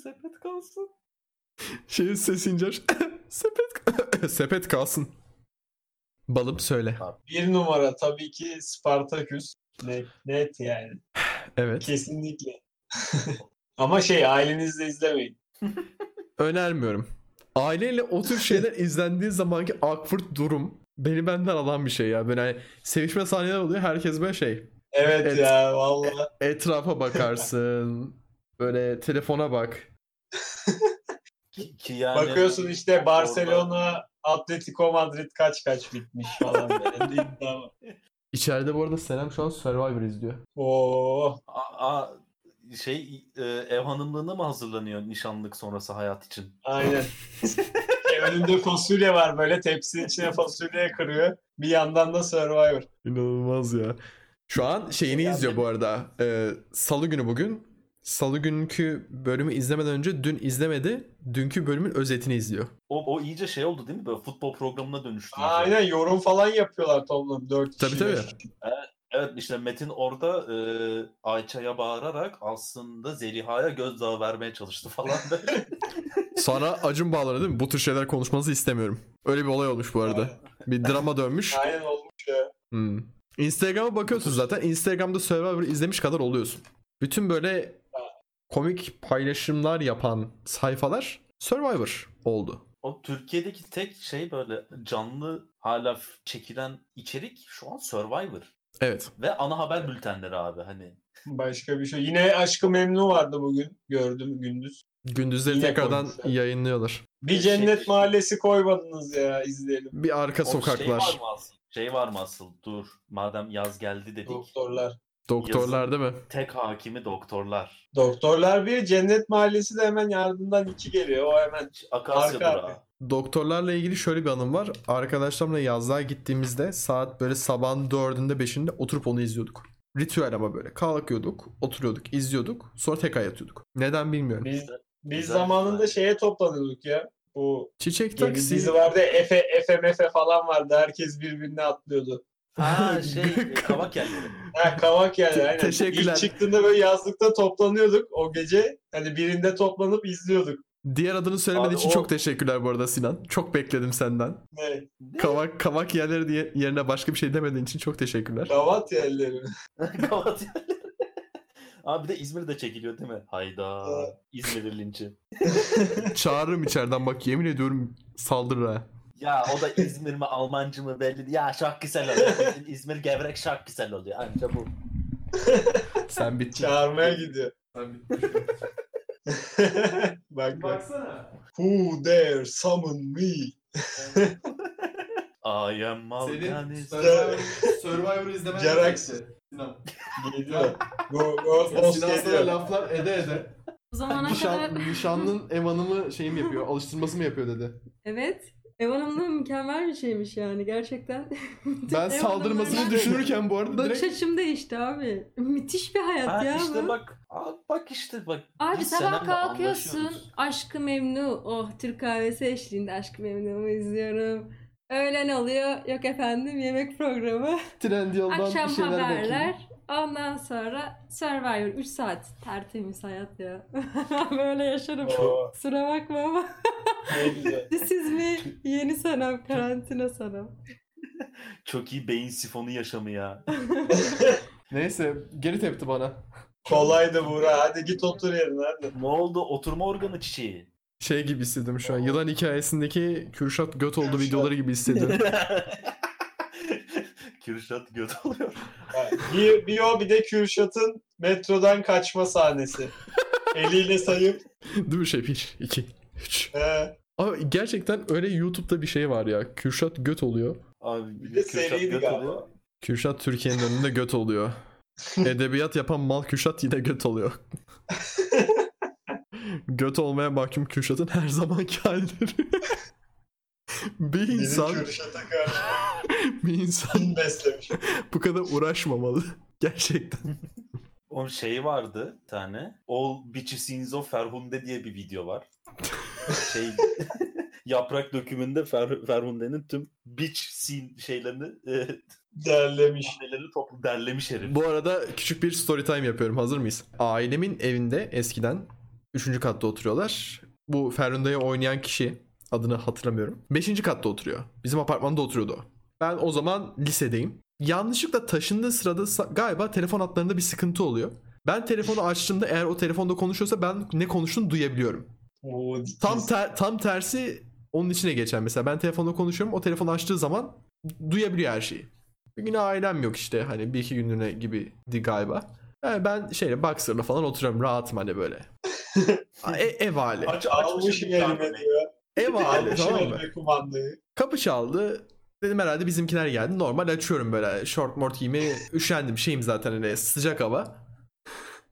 Sepet kalsın.
Şehir sesi incer. Şey, Sepet Sepet kalsın. Balım söyle.
bir numara tabii ki Spartaküs. Net, net yani.
Evet.
Kesinlikle. Ama şey ailenizle izlemeyin.
Önermiyorum. Aileyle o tür şeyler izlendiği zamanki awkward durum beni benden alan bir şey ya. Böyle hani sevişme sahneler oluyor. Herkes böyle şey.
Evet,
Evet.
ya vallahi.
Etrafa bakarsın. böyle telefona bak.
Ki, ki yani
Bakıyorsun işte Barcelona
Orada-
Atletico Madrid kaç kaç bitmiş falan. böyle. Bir iddia var.
İçeride bu arada Senem şu an Survivor izliyor.
Oo.
Aa, aa, şey e, ev hanımlığına mı hazırlanıyor nişanlık sonrası hayat için?
Aynen. E, Önünde fasulye var böyle tepsinin içine fasulye kırıyor. Bir yandan da Survivor.
İnanılmaz ya. Şu
Şey
an şeyini izliyor bu arada. Ee, Salı günü bugün. Salı günkü bölümü izlemeden önce dün izlemedi. Dünkü bölümün özetini izliyor.
O, o iyice şey oldu değil mi? Böyle futbol programına dönüştü. iyice.
Aynen yorum falan yapıyorlar toplam 4
Tabii,
kişi.
tabii.
beş kişi.
Evet işte Metin orada e, Ayça'ya bağırarak aslında Zeliha'ya gözdağı vermeye çalıştı falan. böyle.
Sonra Acun bağlanıyor değil mi? Bu tür şeyler konuşmanızı istemiyorum. Öyle bir olay olmuş bu arada. Bir drama dönmüş.
Aynen olmuş ya.
Hmm. Instagram'a bakıyorsun zaten. Instagram'da Survivor izlemiş kadar oluyorsun. Bütün böyle komik paylaşımlar yapan sayfalar Survivor oldu.
o Türkiye'deki tek şey böyle canlı hala f- çekilen içerik şu an Survivor.
Evet.
Ve ana haber bültenleri abi hani.
Başka bir şey. Yine Aşkı Memnu vardı bugün. Gördüm gündüz.
Gündüzleri
Yine
tekrardan
koymuşlar.
yayınlıyorlar.
Bir cennet mahallesi koymadınız ya izleyelim.
Bir arka
O Şey
sokaklar.
var, mı asıl? şey var mı asıl? Dur. Madem yaz geldi dedik.
Doktorlar.
Doktorlar değil mi?
Tek hakimi doktorlar.
Doktorlar bir cennet mahallesi de hemen yardımdan iki geliyor. O hemen
Akasya
Arka
durağı.
Doktorlarla ilgili şöyle bir anım var. Arkadaşlarımla yazlığa gittiğimizde saat böyle sabahın 4'ünde 5'inde oturup onu izliyorduk. Ritüel ama böyle. Kalkıyorduk, oturuyorduk, izliyorduk. Sonra tekrar yatıyorduk. Neden bilmiyorum.
biz biz
Güzel,
zamanında
güzel.
şeye toplanıyorduk ya. Bu
Çiçek
yeni
taksi.
dizi vardı ya, Efe, Efe, Mefe falan vardı. Herkes birbirine atlıyordu.
Ha şey e, kavak yerleri.
Ha, kavak yani. Aynen.
Teşekkürler.
İlk çıktığında böyle yazlıkta toplanıyorduk o gece. Hani birinde toplanıp izliyorduk.
Diğer adını söylemediği
Abi
için
o-
çok teşekkürler bu arada Sinan. Çok bekledim senden.
Ne?
Kavak kavak yerleri diye yerine başka bir şey demediğin için çok teşekkürler.
Davat yerleri.
Kavak yerleri. Abi bir de İzmir'de çekiliyor değil mi? Hayda.
Evet.
İzmir linci.
Çağırırım içeriden bak yemin ediyorum saldırır ha.
Ya o da İzmir mi Almancı mı belli değil. Ya şakkisel oluyor. Bizim İzmir gevrek şakkisel oluyor. Anca bu.
Sen bittin.
Çağırmaya gidiyor. bak bak.
Baksana.
Who dare summon me?
I am
Senin
Malkanist.
Survivor, Survivor izlemen
Jarax.
gerekti. Sinan.
Geliyor. Go, go, boss
Sinan sana
geliyor.
laflar ede ede.
Bu zamana kadar
Nişan, nişanlın emanımı şey mi yapıyor? Alıştırması mı yapıyor dedi.
evet Ev Hanım'la mükemmel bir şeymiş yani gerçekten.
Ben saldırmasını
Hanım'la-
düşünürken bu arada
Bakış
direkt
açım değişti abi. Müthiş bir hayat
Ha
ya
işte
bu.
bak. Abi bak işte bak.
Abi
biz
sabah
seninle
kalkıyorsun
anlaşıyoruz.
Aşkı Memnu. Oh Türk kahvesi eşliğinde Aşkı Memnu'mu izliyorum. Öğlen oluyor. Yok efendim yemek programı.
Trendyol'dan
Akşam
bir şeyler
haberler.
bekliyorum.
Ondan sonra Survivor 3 saat tertemiz hayat ya. Böyle yaşarım.
Oo,
Kusura bakma ama
ne güzel.
this is me. Yeni sanam, karantina sanam.
Çok iyi beyin sifonu yaşamı ya.
Neyse geri tepti bana.
Kolaydı Buğra. Hadi git otur yerine hadi.
Ne oldu? Oturma organı çiçeği.
Şey gibi hissettim şu an. Yılan hikayesindeki Kürşat göt oldu
Kürşat.
videoları gibi hissediyorum.
Kürşat göt oluyor.
Ha, Bir, bir o bir de Kürşat'ın metrodan kaçma sahnesi. Eliyle sayıp.
Değil mi şey? 1, 2, 3.
He.
Abi gerçekten öyle YouTube'da bir şey var ya. Kürşat göt oluyor.
Abi
Bir de seriydi galiba.
Kürşat Türkiye'nin önünde göt oluyor. Edebiyat yapan mal Kürşat yine göt oluyor. göt olmaya mahkum Kürşat'ın her zamanki halidir. bir
Bizim
insan,
Kürşat'a karşı
bir insan
kin beslemiş.
bu kadar uğraşmamalı. Gerçekten.
Onun şeyi şey vardı bir tane. All Bitches in Zo Ferhunde diye bir video var. şey yaprak dökümünde Fer, Ferhunde'nin tüm bitch scene şeylerini e,
Derlemiş.
sahnelerini toplu derlemiş herif.
Bu arada küçük bir story time yapıyorum. Hazır mıyız? Ailemin evinde eskiden 3. katta oturuyorlar. Bu Ferhunde'yi oynayan kişi adını hatırlamıyorum. 5. katta oturuyor. Bizim apartmanda oturuyordu. o. Ben o zaman lisedeyim. Yanlışlıkla taşındığı sırada sa- galiba telefon hatlarında bir sıkıntı oluyor. Ben telefonu açtığımda eğer o telefonda konuşuyorsa ben ne konuştuğunu duyabiliyorum.
Oo,
Tam ter- tam tersi onun içine geçen mesela ben telefonda konuşuyorum o telefon açtığı zaman duyabiliyor her şeyi. Bir gün ailem yok işte hani bir iki günlüğüne gibiydi galiba. Yani ben şeyle boxer'la falan oturuyorum rahatım hani böyle. Ha, e- ev hali.
Aç, açmış
Almışım
bir şey tane
elime
böyle.
diyor.
Ev hali
Almışım
tamam mı?
elime kumandayı.
Kapı çaldı. Dedim herhalde bizimkiler geldi. Normal açıyorum böyle short mort giymeyi. Üşendim şeyim zaten hani sıcak hava.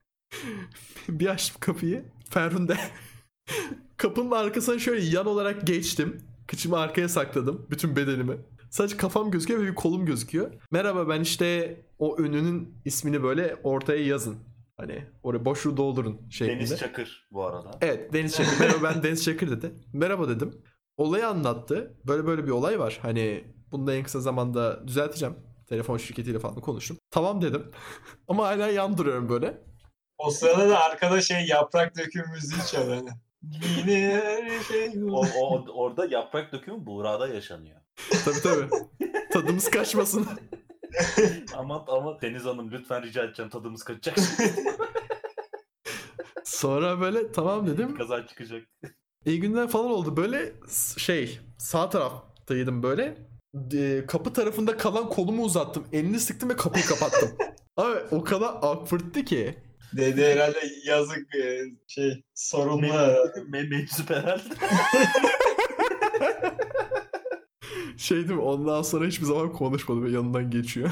bir açtım kapıyı. Ferhunde. Kapının arkasına şöyle yan olarak geçtim. Kıçımı arkaya sakladım. Bütün bedenimi. Sadece kafam gözüküyor ve bir kolum gözüküyor. Merhaba ben işte o ünlünün ismini böyle ortaya yazın. Hani oraya boşluğu doldurun şeklinde.
Deniz Çakır bu arada.
Evet Deniz Çakır. Merhaba ben Deniz Çakır dedi. Merhaba dedim. Olayı anlattı. Böyle böyle bir olay var. Hani bunu da en kısa zamanda düzelteceğim. Telefon şirketiyle falan konuştum. Tamam dedim. Ama hala yan duruyorum böyle.
O sırada da arkada şey yaprak döküm müziği çalıyor. hani. Yine her şey
O, o, orada yaprak dökümü Buğra'da yaşanıyor.
Tabii tabii. Tadımız kaçmasın.
Ama ama Deniz Hanım lütfen rica edeceğim tadımız kaçacak.
Sonra böyle tamam dedim.
Kaza çıkacak.
İyi günler falan oldu. Böyle s- şey sağ taraftaydım böyle. E, kapı tarafında kalan kolumu uzattım. Elini sıktım ve kapıyı kapattım. Abi o kadar awkward'tı ki.
Dede herhalde yazık e, şey sorunlu. herhalde.
Me- Meczup herhalde.
Şey değil mi? Ondan sonra hiçbir zaman konuşmadı ve yanından geçiyor.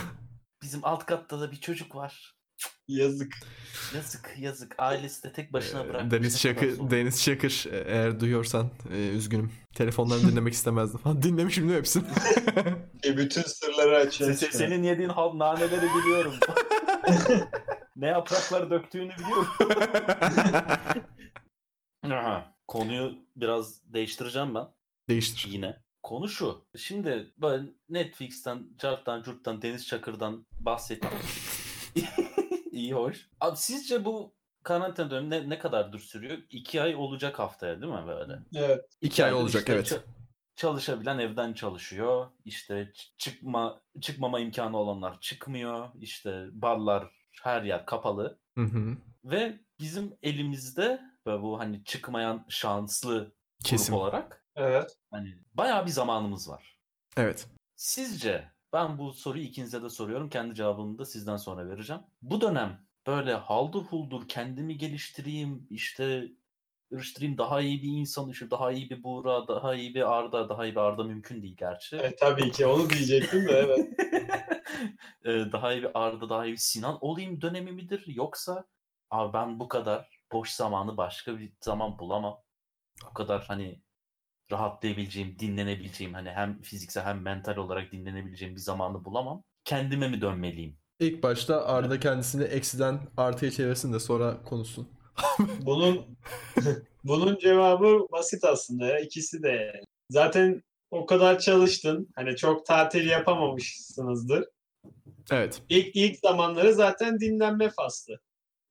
Bizim alt katta da bir çocuk var.
Yazık.
Yazık yazık. Ailesi de tek başına bırakmış.
Ee, Deniz
Ne kadar
Çakır,
zor.
Deniz Çakır e, eğer duyuyorsan e, üzgünüm. Telefonlarını dinlemek istemezdim. Ha, dinlemişim değil mi hepsini?
E, bütün sırları açıyor.
Se- se- senin yediğin hal naneleri biliyorum. ne yapraklar döktüğünü biliyorum. Aha. Konuyu biraz değiştireceğim ben
Değiştir.
yine. Konu şu. Şimdi böyle Netflix'ten, Cart'tan, Curt'tan, Deniz Çakır'dan bahsettik. İyi hoş. Abi sizce bu karantina dönemi ne, ne kadardır sürüyor? İki ay olacak haftaya değil mi böyle?
Evet.
İki ay
aydır
olacak
işte
evet.
ça- çalışabilen evden çalışıyor. İşte ç- çıkma çıkmama imkanı olanlar çıkmıyor. İşte barlar her yer kapalı
Hı hı.
ve bizim elimizde ve bu hani çıkmayan şanslı
Kesin.
grup olarak
Evet.
hani bayağı bir zamanımız var.
Evet.
Sizce ben bu soruyu ikinize de soruyorum. Kendi cevabımı da sizden sonra vereceğim. Bu dönem böyle haldır huldur kendimi geliştireyim, işte ırıştırayım daha iyi bir insan, işte daha iyi bir Buğra, daha iyi bir Arda, daha iyi bir Arda mümkün değil gerçi.
E, tabii ki onu diyecektim de evet.
Ee, daha iyi bir Arda, daha iyi bir Sinan olayım dönemi midir? Yoksa abi ben bu kadar boş zamanı başka bir zaman bulamam. O kadar hani rahatlayabileceğim, dinlenebileceğim hani hem fiziksel hem mental olarak dinlenebileceğim bir zamanı bulamam. Kendime mi dönmeliyim?
İlk başta Arda kendisini eksiden artıya çevirsin de sonra konuşsun.
Bunun bunun cevabı basit aslında ya. İkisi de. yani. Zaten o kadar çalıştın. Hani çok tatil yapamamışsınızdır.
Evet.
İlk, ilk zamanları zaten dinlenme faslı.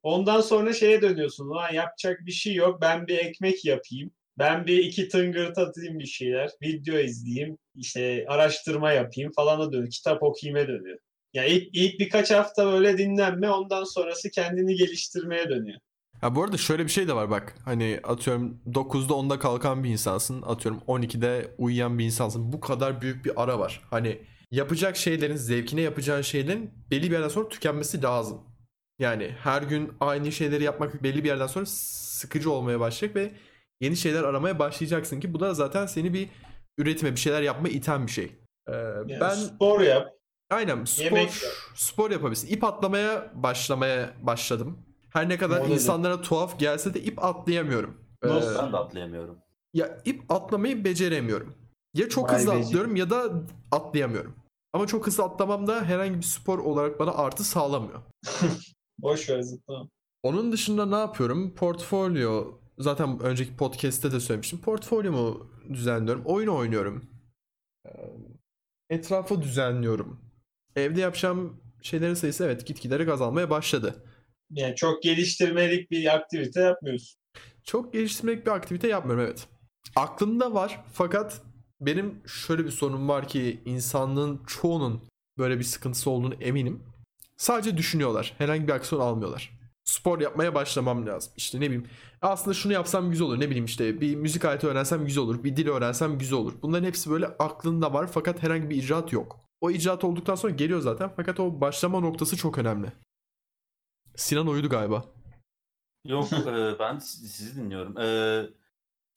Ondan sonra şeye dönüyorsun. Ulan yapacak bir şey yok. Ben bir ekmek yapayım. Ben bir iki tıngırt atayım bir şeyler. Video izleyeyim. işte araştırma yapayım falan da dönüyor. Kitap okuyayım'a dönüyor. Ya ilk, ilk birkaç hafta böyle dinlenme. Ondan sonrası kendini geliştirmeye dönüyor.
Ha bu arada şöyle bir şey de var bak. Hani atıyorum 9'da 10'da kalkan bir insansın. Atıyorum 12'de uyuyan bir insansın. Bu kadar büyük bir ara var. Hani yapacak şeylerin, zevkine yapacağın şeylerin belli bir yerden sonra tükenmesi lazım. Yani her gün aynı şeyleri yapmak belli bir yerden sonra sıkıcı olmaya başlayacak ve yeni şeyler aramaya başlayacaksın ki bu da zaten seni bir üretime, bir şeyler yapma iten bir şey. Ee,
Yani
ben
spor yap.
Aynen spor,
Yemek yap.
spor yapabilirsin. İp atlamaya başlamaya başladım. Her ne kadar
Orada da.
insanlara tuhaf gelse de ip atlayamıyorum. Ee,
Nasıl?
Ben de atlayamıyorum.
ya ip atlamayı beceremiyorum. Ya çok
Vay
hızlı
be.
atlıyorum ya da atlayamıyorum. Ama çok hızlı atlamam da herhangi bir spor olarak bana artı sağlamıyor.
Boş ver zıplama.
Onun dışında ne yapıyorum? Portfolyo. Zaten önceki podcast'te de söylemiştim. Portfolyomu düzenliyorum. Oyun oynuyorum. Ee, Etrafı düzenliyorum. Evde yapacağım şeylerin sayısı evet gitgidere azalmaya başladı.
Yani çok geliştirmelik bir aktivite yapmıyorsun.
Çok geliştirmek bir aktivite yapmıyorum evet. Aklımda var fakat benim şöyle bir sorunum var ki insanlığın çoğunun böyle bir sıkıntısı olduğunu eminim. Sadece düşünüyorlar. Herhangi bir aksiyon almıyorlar. Spor yapmaya başlamam lazım. İşte ne bileyim. Aslında şunu yapsam güzel olur. Ne bileyim işte bir müzik aleti öğrensem güzel olur. Bir dil öğrensem güzel olur. Bunların hepsi böyle aklında var fakat herhangi bir icraat yok. O icraat olduktan sonra geliyor zaten fakat o başlama noktası çok önemli. Sinan uyudu galiba.
Yok e, ben si- sizi dinliyorum. E,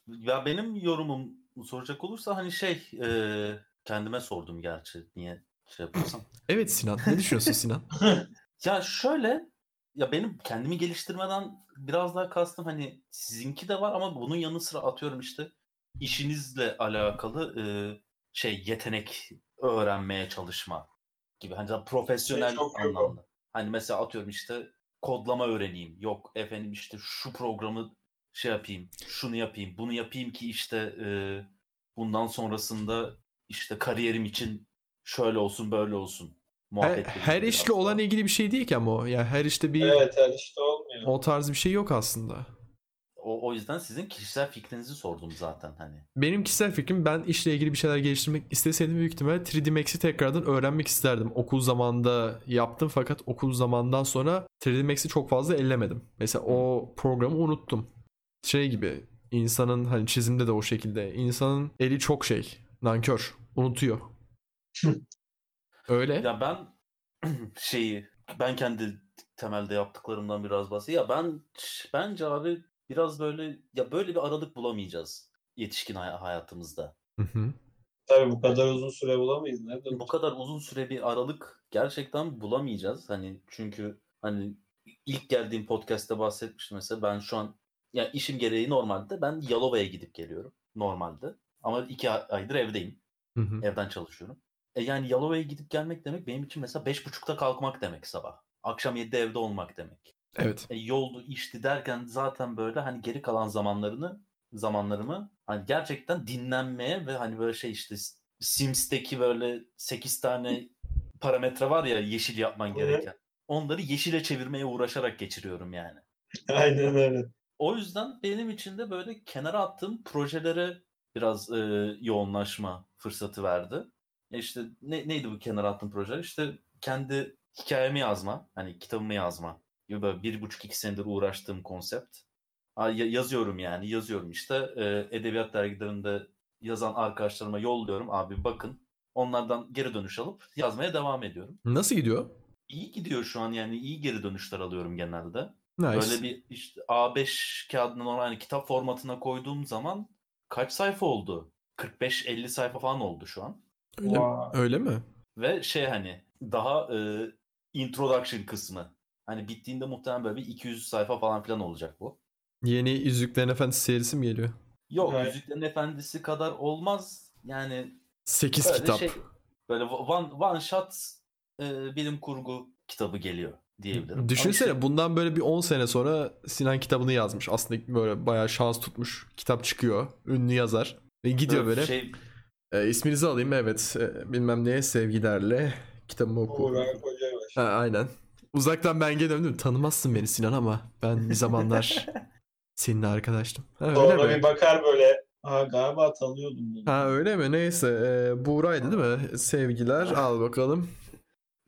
ya benim yorumum soracak olursa hani şey e, kendime sordum gerçi niye şey yapıyorsam.
Evet Sinan. Ne düşünüyorsun Sinan?
Ya şöyle ya benim kendimi geliştirmeden biraz daha kastım hani sizinki de var ama bunun yanı sıra atıyorum işte işinizle alakalı e, şey yetenek öğrenmeye çalışma gibi hani daha profesyonel
çok yok o.
anlamda. Hani mesela atıyorum işte kodlama öğreneyim. Yok efendim işte şu programı şey yapayım, şunu yapayım, bunu yapayım ki işte e, bundan sonrasında işte kariyerim için şöyle olsun böyle olsun
Her,
muhabbet.
her işle olan ilgili bir şey değil ki ama o. Yani her işte bir
Evet her işte olmuyor.
o tarz bir şey yok aslında.
O, o yüzden sizin kişisel fikrinizi sordum zaten hani.
Benim kişisel fikrim ben işle ilgili bir şeyler geliştirmek isteseydim büyük ihtimal 3D Max'i tekrardan öğrenmek isterdim. Okul zamanında yaptım fakat okul zamandan sonra 3D Max'i çok fazla ellemedim. Mesela o programı unuttum. Şey gibi insanın hani çizimde de o şekilde insanın eli çok şey nankör unutuyor. Öyle. E?
Ya ben şeyi ben kendi temelde yaptıklarımdan biraz bahsedeyim. Ya ben bence abi biraz böyle ya böyle bir aralık bulamayacağız yetişkin hay- hayatımızda.
Hı hı.
Tabii bu kadar uzun süre bulamayız. Nerede
Bu kadar uzun süre bir aralık gerçekten bulamayacağız. Hani çünkü hani ilk geldiğim podcast'te bahsetmiştim mesela ben şu an ya işim gereği normalde ben Yalova'ya gidip geliyorum normalde. Ama iki a- aydır evdeyim.
Hı hı.
Evden çalışıyorum. E yani Yalova'ya gidip gelmek demek benim için mesela beş buçukta kalkmak demek sabah. Akşam 7'de evde olmak demek.
Evet.
E, yoldu işti derken zaten böyle hani geri kalan zamanlarını zamanlarımı hani gerçekten dinlenmeye ve hani böyle şey işte Sims'teki böyle 8 tane parametre var ya yeşil yapman
Evet.
gereken. Onları yeşile çevirmeye uğraşarak geçiriyorum yani.
Aynen öyle.
O yüzden benim için de böyle kenara attığım projelere biraz e, yoğunlaşma fırsatı verdi. Ya İşte ne, neydi bu kenara attığım projeler? İşte kendi hikayemi yazma, hani kitabımı yazma. Ya Böyle bir buçuk iki senedir uğraştığım konsept. Ha, ya- yazıyorum yani, yazıyorum işte. E, edebiyat dergilerinde yazan arkadaşlarıma yolluyorum. Abi bakın. Onlardan geri dönüş alıp yazmaya devam ediyorum.
Nasıl gidiyor?
İyi gidiyor şu an yani iyi geri dönüşler alıyorum genelde.
Nice.
Böyle bir işte A5 kağıdını normal hani kitap formatına koyduğum zaman kaç sayfa oldu? 45-50 sayfa falan oldu şu an.
Öyle, mi?
Vay.
Öyle mi?
Ve şey hani daha e, introduction kısmı. Hani bittiğinde muhtemelen böyle bir 200 sayfa falan filan olacak bu.
Yeni Yüzüklerin Efendisi serisi mi geliyor?
Yok
Evet.
Yüzüklerin Efendisi kadar olmaz. Yani
8
böyle
kitap.
şey böyle one, one shot e, bilim kurgu kitabı geliyor diyebilirim. Ama
Düşünsene
işte-
bundan böyle bir 10 sene sonra Sinan kitabını yazmış. Aslında böyle bayağı şans tutmuş. Kitap çıkıyor. Ünlü yazar. Ve gidiyor böyle.
Şey,
E, isminizi alayım evet. E, bilmem neye sevgilerle kitabımı oku.
Uğur Kocabaş.
Ha, aynen. Uzaktan ben geliyorum değil mi? Tanımazsın beni Sinan ama ben bir zamanlar seninle arkadaştım. Ha, öyle
Sonra
mi?
bir bakar böyle. Ha galiba tanıyordum bunu.
Ha öyle mi? Neyse. E, Buğra'ydı değil mi? Sevgiler
Ah.
al bakalım.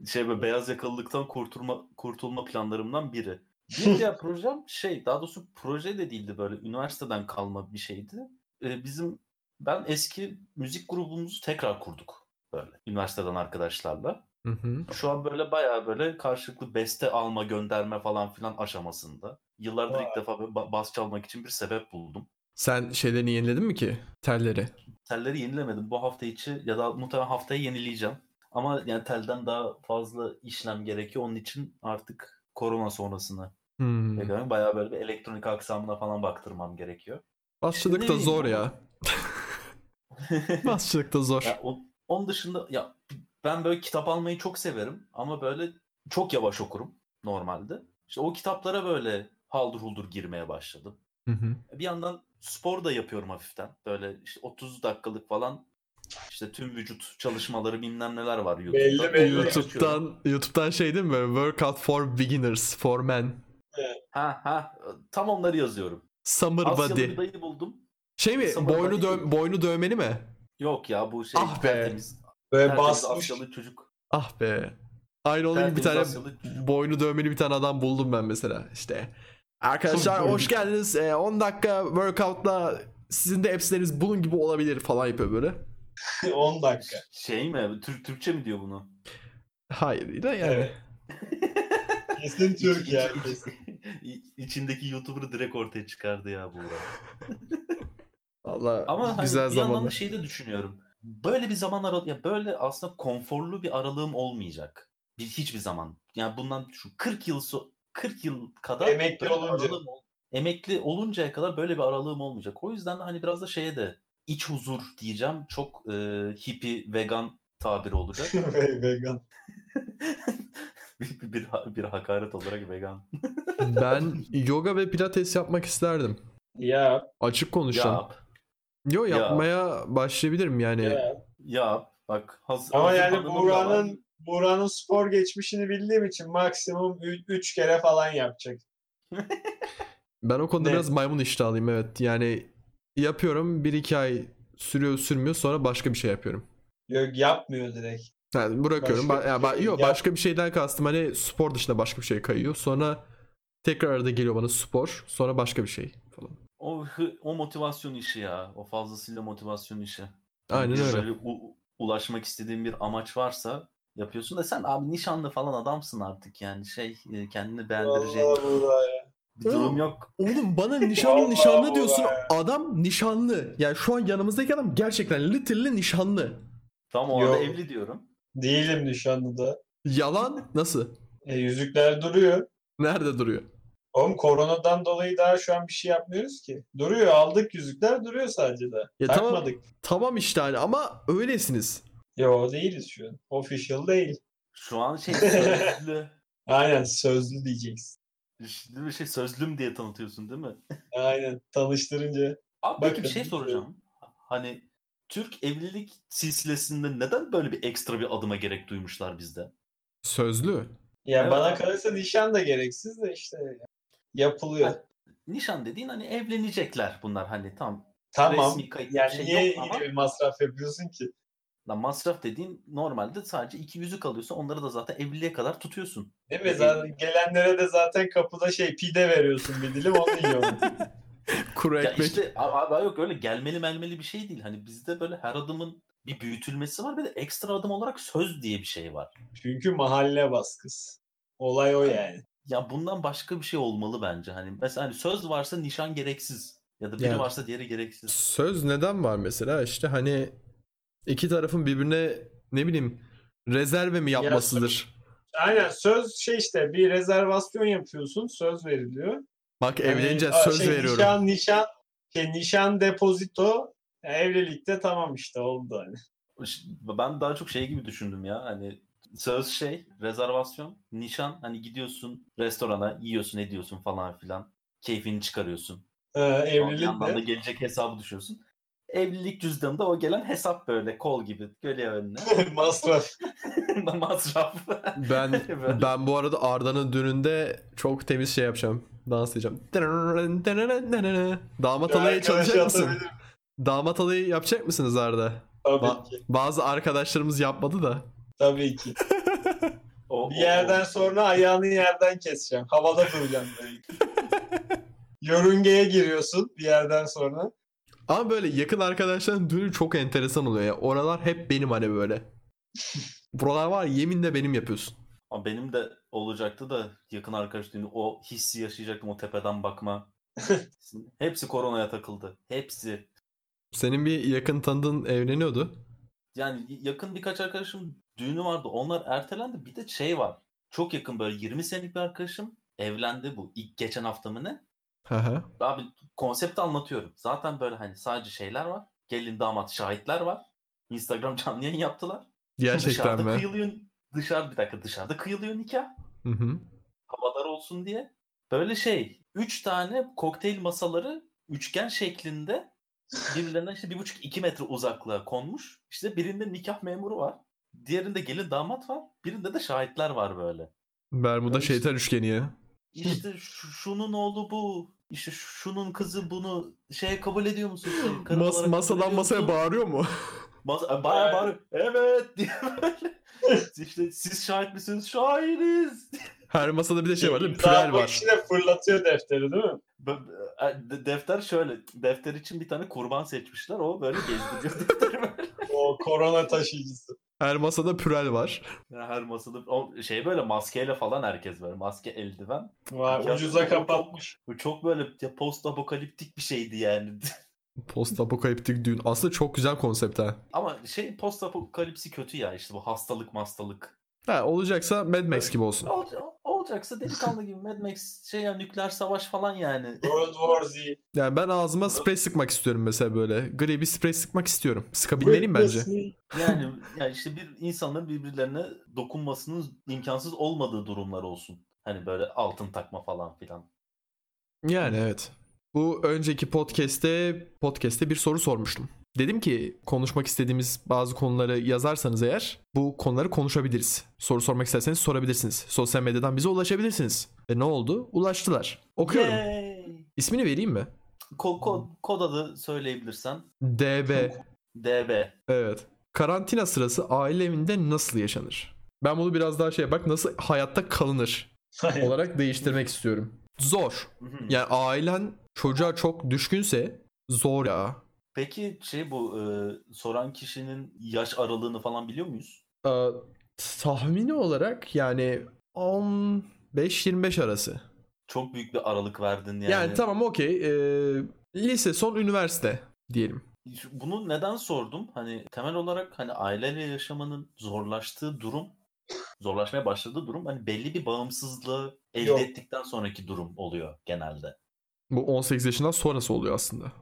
şey böyle beyaz yakalılıktan kurtulma kurtulma planlarımdan biri. Bir diğer projem şey daha doğrusu proje de değildi böyle üniversiteden kalma bir şeydi. Ee, bizim ben eski müzik grubumuzu tekrar kurduk böyle üniversiteden arkadaşlarla.
Hı hı.
Şu an böyle bayağı böyle karşılıklı beste alma gönderme falan filan aşamasında. Yıllardır ilk defa böyle ba- bas çalmak için bir sebep buldum.
Sen şeylerini yeniledin mi ki? Telleri.
Telleri yenilemedim bu hafta içi ya da muhtemelen haftaya yenileyeceğim. Ama yani telden daha fazla işlem gerekiyor. Onun için artık korona sonrasını
Hmm.
bekliyorum. Bayağı böyle bir elektronik aksamına falan baktırmam gerekiyor.
Basçılık da
Ne
zor
bileyim.
ya. Basçılık da zor.
Ya o- onun dışında ya ben böyle kitap almayı çok severim ama böyle çok yavaş okurum normalde. İşte o kitaplara böyle haldır huldur girmeye başladım.
Hı hı.
Bir yandan spor da yapıyorum hafiften. Böyle işte 30 dakikalık falan işte tüm vücut çalışmaları bilmem neler var YouTube'da.
Belli belli.
Açıyorum.
YouTube'dan YouTube'dan şey değil mi? böyle? Workout for beginners, for men.
Ha ha tam onları yazıyorum.
Summer
Asyalı
body.
bir dayı buldum.
Şey mi?
Summer
boynu
body
dö-
değil.
boynu dövmeli mi?
Yok ya bu şey
Ah be.
tertemiz,
Böyle
tertemiz
basmış.
Asyalı çocuk.
Ah be. Aynı onun gibi bir
Tertemiz
tane
Asyalı çocuk.
boynu dövmeli bir tane adam buldum ben mesela. İşte arkadaşlar
Boynu-
hoş geldiniz. Ee, 10 dakika workoutla sizin de hepsiniz bunun gibi olabilir falan yapıyor böyle.
10 dakika.
Şey mi? Tür- Türkçe mi diyor bunu?
Hayır da yani.
Evet. kesin Türk
İç-
ya.
iç-
Kesin.
İ- İçindeki YouTuber'ı direkt ortaya çıkardı ya bu.
Allah
Ama hani
güzel
bir yandan da
zamanlar.
şeyi de düşünüyorum. Böyle bir zaman aralığı, ya böyle aslında konforlu bir aralığım olmayacak. Bir hiçbir zaman. Yani bundan şu 40 yıl so- 40 yıl kadar
Emekli
böyle bir
olunca.
aralığım ol- emekli oluncaya kadar böyle bir aralığım olmayacak. O yüzden de hani biraz da şeye de iç huzur diyeceğim. Çok e, hippie vegan tabiri olacak.
Ve- Vegan.
bir, bir, bir hakaret olarak vegan.
ben yoga ve pilates yapmak isterdim.
Ya.
Açık konuşacağım.
Yap.
Yo
Ya.
yapmaya başlayabilirim yani.
ya.
Yap. Bak hazır.
Ama
hazır
yani
hanımım da var.
Buğra'nın Buğra'nın spor geçmişini bildiğim için maksimum 3 kere falan yapacak.
Ben o konuda
Ne?
biraz maymun iştahlıyım evet. Yani yapıyorum 1-2 ay sürüyor sürmüyor sonra başka bir şey yapıyorum.
Yok yapmıyor direkt.
Yani bırakıyorum.
Başka
Ba- ya ba-
bir şey
yo,
yap-
başka bir şeyden kastım hani spor dışında başka bir şey kayıyor. Sonra tekrar arada geliyor bana spor sonra başka bir şey falan.
O, hı- o motivasyon işi ya. O fazlasıyla motivasyon işi. Yani
Aynen
Hani bir
öyle.
Böyle u- ulaşmak istediğin bir amaç varsa yapıyorsun da sen abi nişanlı falan adamsın artık yani şey e, kendini beğendirecek
Allah Allah ya.
bir durum yok.
Oğlum bana nişanlı
Vallahi
nişanlı
bu
diyorsun.
be.
Adam nişanlı. Yani şu an yanımızdaki adam gerçekten literally nişanlı.
Tam o anda
Yok.
evli diyorum.
Değilim nişanlı da.
Yalan nasıl?
E, yüzükler duruyor.
Nerede duruyor?
Oğlum koronadan dolayı daha şu an bir şey yapmıyoruz ki. Duruyor aldık yüzükler duruyor sadece de.
Ya tamam.
Takmadık.
Tamam işte hani ama öylesiniz.
Yo değiliz şu an. Official değil.
Şu an şey sözlü.
Aynen sözlü diyeceksin.
Değil mi? Şey sözlüm diye tanıtıyorsun değil mi?
Aynen tanıştırınca.
Abi peki bir
Bakın,
şey soracağım. Hani Türk evlilik silsilesinde neden böyle bir ekstra bir adıma gerek duymuşlar bizde?
Sözlü.
Ya
Evet.
bana kalırsa nişan da gereksiz de işte yapılıyor.
Ha, Nişan dediğin hani evlenecekler bunlar hani tam
tamam.
resmi kayıt
Yani
şey
niye
yok ama
yine bir masraf yapıyorsun ki?
lan masraf dediğin normalde sadece iki yüzük alıyorsun onları da zaten evliliğe kadar tutuyorsun.
Değil mi? Zaten gelenlere de zaten kapıda şey pide veriyorsun bir dilim onu yiyorsun.
Kuru
Ya
ekmek.
işte a- a- yok öyle gelmeli melmeli bir şey değil. Hani bizde böyle her adımın bir büyütülmesi var ve de ekstra adım olarak söz diye bir şey var.
Çünkü mahalle baskısı. Olay o yani.
Ya bundan başka bir şey olmalı bence. Hani mesela hani söz varsa nişan gereksiz ya da biri
Yani.
varsa diğeri gereksiz.
Söz neden var mesela? İşte hani iki tarafın birbirine ne bileyim rezerve mi yapmasıdır?
Aynen söz şey işte bir rezervasyon yapıyorsun söz veriliyor.
Bak
Hani,
evleneceğiz
a-
söz
şey,
veriyorum.
Nişan nişan şey, nişan depozito ya evlilikte tamam işte oldu hani.
Ş- Ben daha çok şey gibi düşündüm ya hani söz şey rezervasyon nişan hani gidiyorsun restorana yiyorsun ediyorsun falan filan keyfini çıkarıyorsun.
Ee,
Sonra Bir yandan da
evlilikte.
gelecek hesabı düşüyorsun. Evlilik cüzdanında o gelen hesap böyle kol gibi geliyor önüne.
Masraf.
Masraf.
Ben
Böyle.
ben bu arada Arda'nın düğününde çok temiz şey yapacağım. Dans edeceğim. Damat alayı
Arkadaşı
çalışacak mısın?
atabilirim.
Damat alayı yapacak mısınız Arda?
Tabii
Ba-
ki.
Bazı arkadaşlarımız yapmadı da.
Tabii ki.
O-
Bir
o-
yerden
o-
sonra ayağını yerden keseceğim. Havada duracağım böyle. Yörüngeye giriyorsun bir yerden sonra.
Ama böyle yakın arkadaşların düğünü çok enteresan oluyor ya. Oralar hep benim hani böyle. Buralar var ya, yeminle benim yapıyorsun.
Ama benim de olacaktı da yakın arkadaş düğünü o hissi yaşayacaktım o tepeden bakma. Hepsi koronaya takıldı. Hepsi.
Senin bir yakın tanıdığın evleniyordu.
Yani yakın birkaç arkadaşım düğünü vardı. Onlar ertelendi. Bir de şey var. Çok yakın böyle 20 senelik bir arkadaşım evlendi bu. İlk geçen hafta mı ne?
Hı hı.
Abi konsepti anlatıyorum. Zaten böyle hani sadece şeyler var. Gelin damat şahitler var. Instagram canlı yayın yaptılar.
Gerçekten
dışarıda
mi?
kıyılıyor. Dışarı bir dakika dışarıda kıyılıyor nikah.
Hı hı.
havadar olsun diye. Böyle şey, üç tane kokteyl masaları üçgen şeklinde birbirlerinden işte bir buçuk iki metre uzaklığa konmuş. İşte birinde nikah memuru var. Diğerinde gelin damat var. Birinde de şahitler var böyle.
Bermuda
Yani işte-
şeytan üçgeni ya.
İşte şu- şunun oğlu bu. işte şunun kızı bunu şeye kabul ediyor musun? Şey, karı olarak
Mas-
kabul
masadan
ediyor
masaya
musun?
bağırıyor mu?
Mas- e, bayağı bağırıyor. Evet diye böyle. işte siz şahit misiniz? Şahiniz.
Her masada bir de şey var değil mi?
İmza
Pürel
atmak
var.
için de fırlatıyor defteri değil mi?
Be- e, de- Defter şöyle. Defter için bir tane kurban seçmişler. O böyle gezdiriyor defteri böyle.
O korona taşıyıcısı.
Her masada pürel var.
Yani Her masada. O şey böyle maskeyle falan herkes böyle. Maske, eldiven.
Vay,
Ya,
ucuza
o-
kapatmış.
Bu çok böyle post apokaliptik bir şeydi yani.
Post apokaliptik düğün. Aslında çok güzel konsept ha.
Ama şey post apokalipsi kötü ya işte bu hastalık hastalık.
Ha olacaksa Mad Max gibi olsun.
olacaksa delikanlı gibi Mad Max şey ya nükleer savaş falan yani.
World War Z.
Yani ben ağzıma sprey sıkmak istiyorum mesela böyle. Gri bir sprey sıkmak istiyorum. Sıkabilmeliyim bence.
Yani, yani işte bir insanların birbirlerine dokunmasının imkansız olmadığı durumlar olsun. Hani böyle altın takma falan filan.
Yani evet. Bu önceki podcast'te podcast'te bir soru sormuştum. Dedim ki konuşmak istediğimiz bazı konuları yazarsanız eğer bu konuları konuşabiliriz. Soru sormak isterseniz sorabilirsiniz. Sosyal medyadan bize ulaşabilirsiniz. Ve ne oldu? Ulaştılar. Okuyorum. Hmm.
Yay!
İsmini vereyim mi?
Ko- ko- kod adı söyleyebilirsen.
DB.
DB.
Evet. Karantina sırası aile evinde nasıl yaşanır? Ben bunu biraz daha şey bak nasıl hayatta kalınır
Hayır.
olarak değiştirmek istiyorum. Zor.
Mhm.
Yani ailen çocuğa çok düşkünse zor ya.
Peki şey bu e, soran kişinin yaş aralığını falan biliyor muyuz?
Ee, Tahmini olarak yani 15-25 arası.
Çok büyük bir aralık verdin yani.
Yani, tamam okey. Ee, lise son üniversite diyelim.
Bunu neden sordum? Hani temel olarak hani aileyle yaşamanın zorlaştığı durum, zorlaşmaya başladığı durum hani belli bir bağımsızlığı elde
Yok.
ettikten sonraki durum oluyor genelde.
Bu 18 yaşından sonrası oluyor aslında.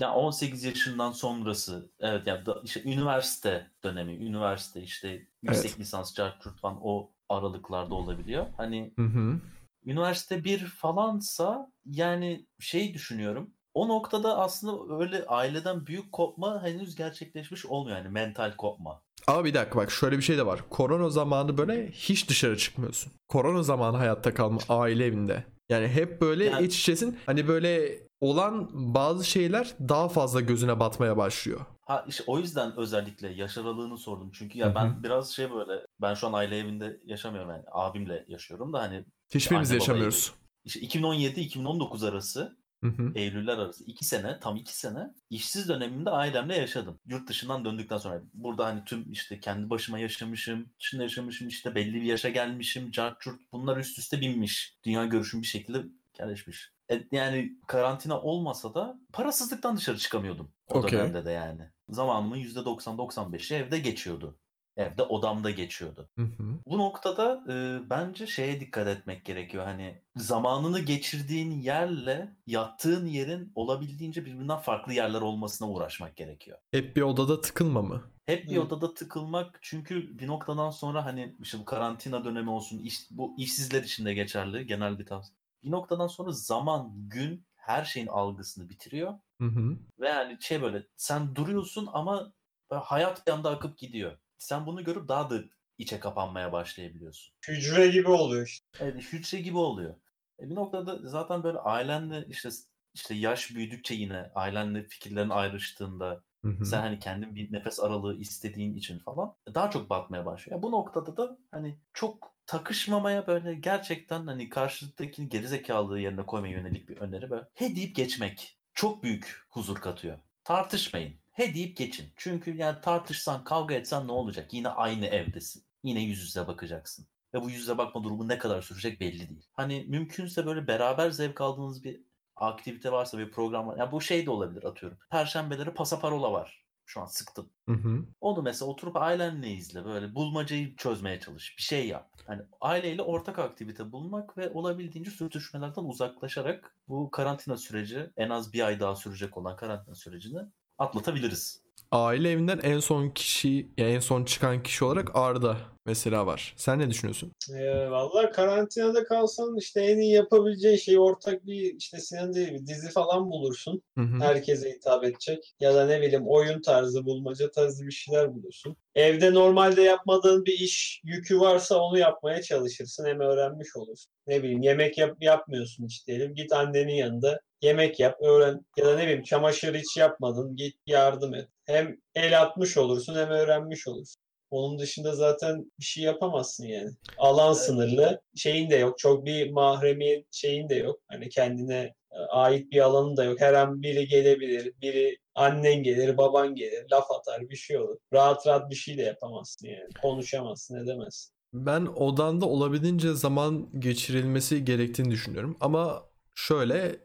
Ya 18 yaşından sonrası evet ya da işte üniversite dönemi, üniversite işte yüksek lisans, çarp çurt falan o aralıklarda olabiliyor. Hani
Hı hı.
üniversite bir falansa yani şey düşünüyorum. O noktada aslında öyle aileden büyük kopma henüz gerçekleşmiş olmuyor yani mental kopma.
Ama bir dakika bak şöyle bir şey de var. Korona zamanı böyle hiç dışarı çıkmıyorsun. Korona zamanı hayatta kalma aile evinde. Yani hep böyle
Yani-
iç içesin. Hani böyle olan bazı şeyler daha fazla gözüne batmaya başlıyor.
Ha işte o yüzden özellikle yaş aralığını sordum. Çünkü ya ben biraz şey böyle ben şu an aile evinde yaşamıyorum yani abimle yaşıyorum da hani
Hiçbirimiz
Anne, baba
yaşamıyoruz.
işte 2017-2019 arası
Hı hı.
Eylüller arası 2 sene tam 2 sene işsiz dönemimde ailemle yaşadım. Yurt dışından döndükten sonra burada hani tüm işte kendi başıma yaşamışım, içinde yaşamışım işte belli bir yaşa gelmişim, cart curt bunlar üst üste binmiş. Dünya görüşüm bir şekilde yerleşmiş. E, Yani karantina olmasa da parasızlıktan dışarı çıkamıyordum o
Okey.
dönemde de yani. Zamanımın %90-95'i evde geçiyordu. Evde odamda geçiyordu.
Hı hı.
Bu noktada e, bence şeye dikkat etmek gerekiyor. Hani zamanını geçirdiğin yerle yattığın yerin olabildiğince birbirinden farklı yerler olmasına uğraşmak gerekiyor.
Hep bir odada tıkılma mı?
Hep bir
Hı.
odada tıkılmak çünkü bir noktadan sonra hani işte bu karantina dönemi olsun iş, bu işsizler için de geçerli genel bir tavsiye. Bir noktadan sonra zaman, gün her şeyin algısını bitiriyor.
Hı hı.
Ve yani şey böyle sen duruyorsun ama böyle hayat bir anda akıp gidiyor. Sen bunu görüp daha da içe kapanmaya başlayabiliyorsun.
Hücre gibi oluyor işte.
Evet, hücre gibi oluyor. E bir noktada zaten böyle ailenle işte işte yaş büyüdükçe yine ailenle fikirlerin ayrıştığında
Hı hı.
sen hani kendin bir nefes aralığı istediğin için falan e, daha çok batmaya başlıyor. Ya bu noktada da hani çok takışmamaya böyle gerçekten hani karşıdakini gerizekalılığı yerine koymaya yönelik bir öneri böyle he deyip geçmek çok büyük huzur katıyor. Tartışmayın. He deyip geçin. Çünkü yani tartışsan kavga etsen ne olacak? Yine aynı evdesin. Yine yüz yüze bakacaksın ve bu yüzle bakma durumu ne kadar sürecek belli değil. Hani mümkünse böyle beraber zevk aldığınız bir aktivite varsa bir program var. Ya bu şey de olabilir atıyorum. Perşembeleri pasaparola var. Şu an sıktım.
Hı hı.
Onu mesela oturup ailenle izle. Böyle bulmacayı çözmeye çalış. Bir şey yap. Hani aileyle ortak aktivite bulmak ve olabildiğince sürtüşmelerden uzaklaşarak bu karantina süreci en az bir ay daha sürecek olan karantina sürecini atlatabiliriz.
Aile evinden en son kişi, ya en son çıkan kişi olarak Arda mesela var. Sen ne düşünüyorsun?
Ee, Valla karantinada kalsan işte en iyi yapabileceğin şey ortak bir işte senin değil bir dizi falan bulursun.
Hı hı.
Herkese hitap edecek. Ya da ne bileyim oyun tarzı, bulmaca tarzı bir şeyler bulursun. Evde normalde yapmadığın bir iş yükü varsa onu yapmaya çalışırsın. Hem öğrenmiş olursun. Ne bileyim yemek yap yapmıyorsun işte diyelim. Git annenin yanında yemek yap, öğren. Ya da ne bileyim çamaşır hiç yapmadın. Git yardım et. Hem el atmış olursun hem öğrenmiş olursun. Onun dışında zaten bir şey yapamazsın yani. Alan sınırlı. Şeyin de yok. Çok bir mahremiyet şeyin de yok. Hani kendine ait bir alanın da yok. Her an biri gelebilir. Biri annen gelir, baban gelir, laf atar, bir şey olur. Rahat rahat bir şey de yapamazsın yani. Konuşamazsın, edemezsin.
Ben odanda olabildiğince zaman geçirilmesi gerektiğini düşünüyorum. Ama şöyle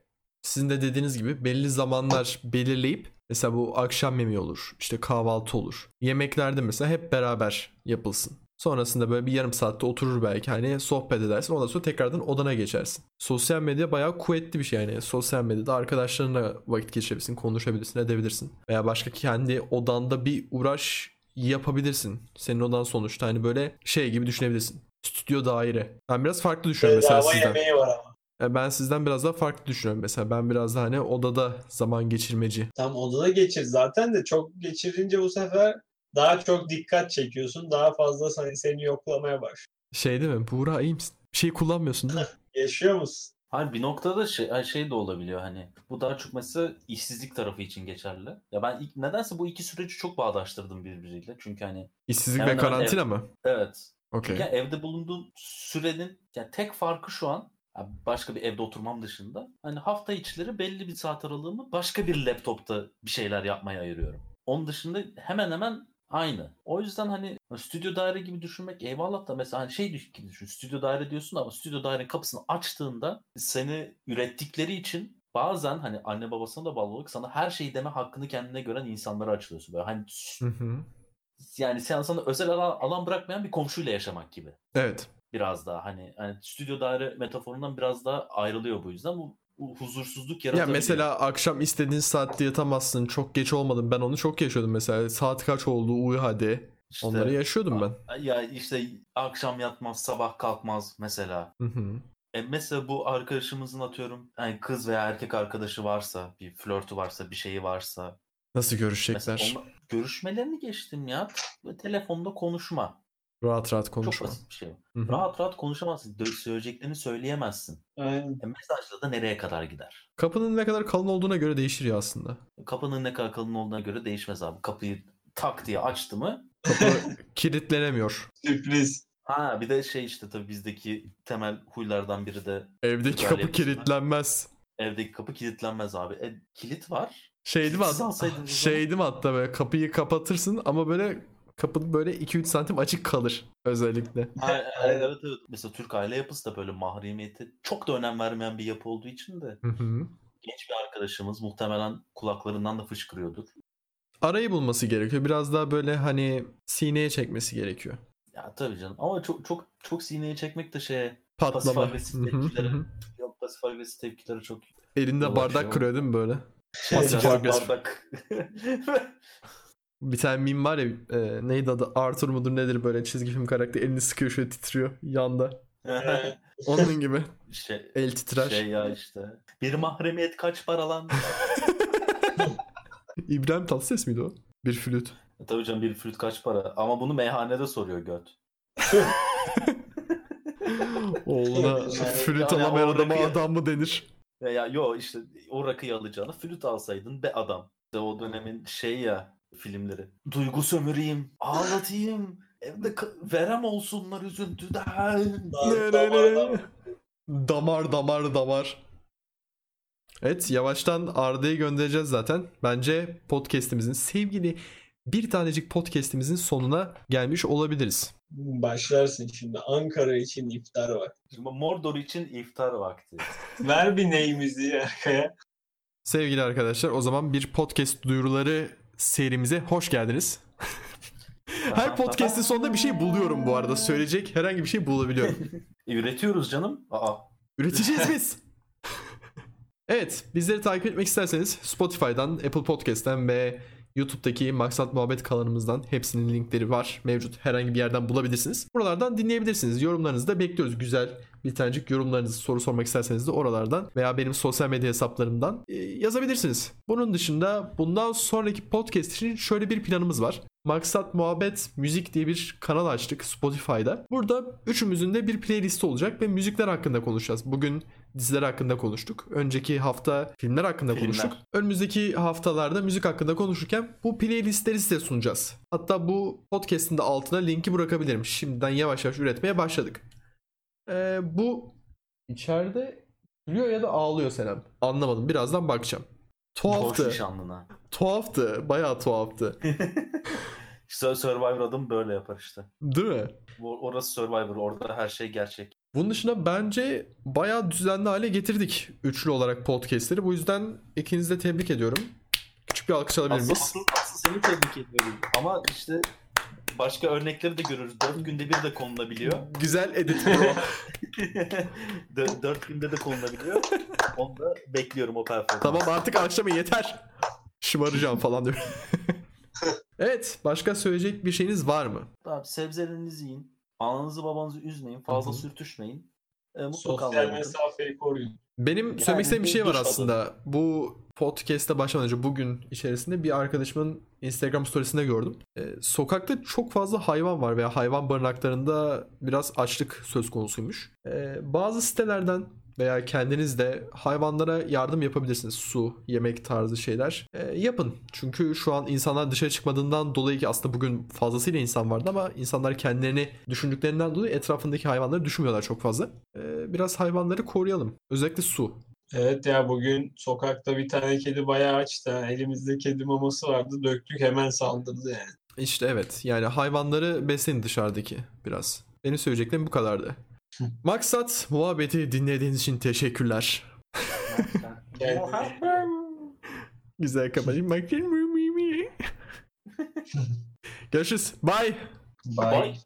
sizin de dediğiniz gibi belli zamanlar belirleyip mesela bu akşam yemeği olur, işte kahvaltı olur. Yemeklerde mesela hep beraber yapılsın. Sonrasında böyle bir yarım saatte oturur belki hani sohbet edersin ondan sonra tekrardan odana geçersin. Sosyal medya bayağı kuvvetli bir şey yani. Sosyal medyada arkadaşlarınla vakit geçirebilirsin, konuşabilirsin, edebilirsin. Veya başka kendi odanda bir uğraş yapabilirsin. Senin odan sonuçta hani böyle şey gibi düşünebilirsin. Stüdyo daire. Ben biraz farklı düşünüyorum mesela
Bedava
sizden.
yemeği var ama.
Ya Ben sizden biraz daha farklı düşünüyorum mesela. Ben biraz daha hani odada zaman geçirmeci.
Tam odada geçir zaten de çok geçirince bu sefer daha çok dikkat çekiyorsun. Daha fazla seni, seni yoklamaya baş.
Şey değil mi? Buğra iyi misin? Bir şey kullanmıyorsun değil mi?
Yaşıyor musun?
Hayır bir noktada şey, ay şey de olabiliyor hani bu daha çok mesela işsizlik tarafı için geçerli. Ya ben ilk, nedense bu iki süreci çok bağdaştırdım birbiriyle. Çünkü hani
İşsizlik ve
Hemen hemen
karantina mı?
evet
Okey.
ya evde bulunduğum sürenin yani tek farkı şu an ya başka bir evde oturmam dışında hani hafta içleri belli bir saat aralığımı başka bir laptopta bir şeyler yapmaya ayırıyorum. Onun dışında hemen hemen aynı. O yüzden hani stüdyo daire gibi düşünmek eyvallah da mesela hani şey düş- gibi düşün. Stüdyo daire diyorsun ama stüdyo dairenin kapısını açtığında seni ürettikleri için bazen hani anne babasına da bağlı olarak sana her şeyi deme hakkını kendine gören insanlara açılıyorsun. Böyle hani
Hı hı.
yani sen sana özel alan, alan bırakmayan bir komşuyla yaşamak gibi
Evet.
biraz daha hani, hani stüdyo daire metaforundan biraz daha ayrılıyor bu yüzden bu, bu huzursuzluk
Ya
yaratabiliyor.
mesela akşam istediğin saatte yatamazsın. Çok geç olmadım. Ben onu çok yaşıyordum mesela. Saat kaç oldu? Uyu hadi.
İşte-
Onları yaşıyordum ben.
ya işte akşam yatmaz sabah kalkmaz mesela.
Hı hı.
E mesela bu arkadaşımızın atıyorum yani kız veya erkek arkadaşı varsa bir flörtü varsa bir şeyi varsa
Nasıl
mesela
görüşecekler?
onunla- görüşmelerini geçtim ya telefonda konuşma.
Rahat rahat
Çok
konuşma.
basit bir şey.
Hı hı.
Rahat rahat konuşamazsın. Dö- Söyleyeceklerini söyleyemezsin.
Aynen.
E mesajla da nereye kadar gider?
Kapının ne kadar kalın olduğuna göre değişir ya aslında.
Kapının ne kadar kalın olduğuna göre değişmez abi. Kapıyı tak diye açtı mı?
Kilitlenemiyor.
Sürpriz.
Ha bir de şey işte tabii bizdeki temel huylardan biri de
Evdeki
Güzel
kapı
yapmışlar.
kilitlenmez.
evdeki kapı kilitlenmez abi. E, kilit var.
Şeydim
Siz
hatta.
alsaydınız
Şeydim Şey hatta böyle kapıyı kapatırsın ama böyle kapı böyle 2-3 santim açık kalır özellikle.
Ha, e, evet evet. Mesela Türk aile yapısı da böyle mahremiyete çok da önem vermeyen bir yapı olduğu için de
Hı hı.
genç bir arkadaşımız muhtemelen kulaklarından da fışkırıyordur.
Arayı bulması gerekiyor. Biraz daha böyle hani sineye çekmesi gerekiyor.
Ya tabii canım ama çok çok çok sineye çekmek de şeye Pasif
Patlama.
agresif
Hı hı,
tepkilere.
hı hı.
yok pasif agresif tepkilere çok
Elinde
Ulaşıyor.
bardak kırıyor değil mi böyle?
şey
Pasif
ya,
agresif.
bardak.
Bir tane meme var ya e, neydi adı Arthur mudur nedir böyle çizgi film karakteri elini sıkıyor şöyle titriyor yanda. Onun gibi
şey,
el titrer.
şey ya işte. Bir mahremiyet kaç para lan?
İbrahim Tatlıses miydi o? Bir flüt.
E Tabii canım bir flüt kaç para? Ama bunu meyhanede soruyor göt.
Oğluna
Yani-
flüt
Şey, yani
alamayan
o
adama
rakı-
adam mı denir?
Veya yo işte o rakıyı alacağına flüt alsaydın be adam. İşte o dönemin şey ya filmleri. Duygu sömüreyim, ağlatayım. Evde k- verem olsunlar üzüntüden.
Ne, ne, ne, ne. hani Damar damar damar. Evet yavaştan Arda'yı göndereceğiz zaten. Bence podcast'imizin sevgili bir tanecik podcast'imizin sonuna gelmiş olabiliriz.
Başlarsın şimdi. Ankara için iftar var.
Şimdi Mordor için iftar vakti.
Ver bir ney müziği arkaya.
Sevgili arkadaşlar o zaman bir podcast duyuruları serimize hoş geldiniz. Her podcast'in sonunda bir şey buluyorum bu arada. Söyleyecek herhangi bir şey bulabiliyorum.
E, Üretiyoruz canım. Aa.
Üreteceğiz biz. evet bizleri takip etmek isterseniz Spotify'dan, Apple Podcast'ten ve YouTube'daki Maksat Muhabbet kanalımızdan hepsinin linkleri var. Mevcut herhangi bir yerden bulabilirsiniz. Buralardan dinleyebilirsiniz. Yorumlarınızı da bekliyoruz. Güzel bir tanecik yorumlarınızı soru sormak isterseniz de oralardan veya benim sosyal medya hesaplarımdan e, yazabilirsiniz. Bunun dışında bundan sonraki podcast için şöyle bir planımız var. Maksat Muhabbet Müzik diye bir kanal açtık Spotify'da. Burada üçümüzün de bir playlisti olacak ve müzikler hakkında konuşacağız. Bugün diziler hakkında konuştuk. Önceki hafta filmler hakkında
Filmler.
konuştuk. Önümüzdeki haftalarda müzik hakkında konuşurken bu playlistleri size sunacağız. Hatta bu podcast'in de altına linki bırakabilirim. Şimdiden yavaş yavaş üretmeye başladık. Ee, bu içeride gülüyor ya da ağlıyor Selam. Anlamadım. Birazdan bakacağım.
Boş şey.
Tuhaftı.
nişanlına.
Tuhaftı. Bayağı tuhaftı.
Sur- Survivor adam böyle yapar işte.
Değil mi?
O- Orası Survivor. Orada her şey gerçek.
Bunun dışında bence bayağı düzenli hale getirdik üçlü olarak podcastleri. Bu yüzden ikinizi de tebrik ediyorum. Küçük bir alkış alabilir
Asıl,
miyiz?
asıl, asıl seni tebrik ediyorum. Ama işte başka örnekleri de görürüz. Dört günde bir de konulabiliyor.
Güzel edit bro.
Dö- Dört günde de konulabiliyor. Onu da bekliyorum o performansı.
tamam artık akşama yeter. Şımaracağım falan diyor. evet başka söyleyecek bir şeyiniz var mı?
Abi, sebzelerinizi yiyin. Ananızı babanızı üzmeyin. Fazla
Hı hı.
sürtüşmeyin. E, mutlu
Sosyal
kalmaya bakın.
mesafeyi koruyun.
Benim
Yani
söylemek istediğim bir şey var
duş alın.
aslında. Bu podcast'te başlamadan önce bugün içerisinde bir arkadaşımın Instagram storiesinde gördüm. Ee, sokakta çok fazla hayvan var veya hayvan barınaklarında biraz açlık söz konusuymuş. Ee, bazı sitelerden veya kendiniz de hayvanlara yardım yapabilirsiniz. Su, yemek tarzı şeyler. Ee, yapın. Çünkü şu an insanlar dışarı çıkmadığından dolayı ki aslında bugün fazlasıyla insan vardı ama insanlar kendilerini düşündüklerinden dolayı etrafındaki hayvanları düşünmüyorlar çok fazla. Ee, biraz hayvanları koruyalım. Özellikle su.
Evet ya bugün sokakta bir tane kedi bayağı açtı. ha. Elimizde kedi maması vardı. Döktük hemen saldırdı yani.
İşte evet. Yani hayvanları besleyin dışarıdaki biraz. Benim söyleyeceklerim bu kadardı. Maksat muhabbeti dinlediğiniz için teşekkürler. Güzel kapatayım. Bakayım. Görüşürüz. Bye.
Bye.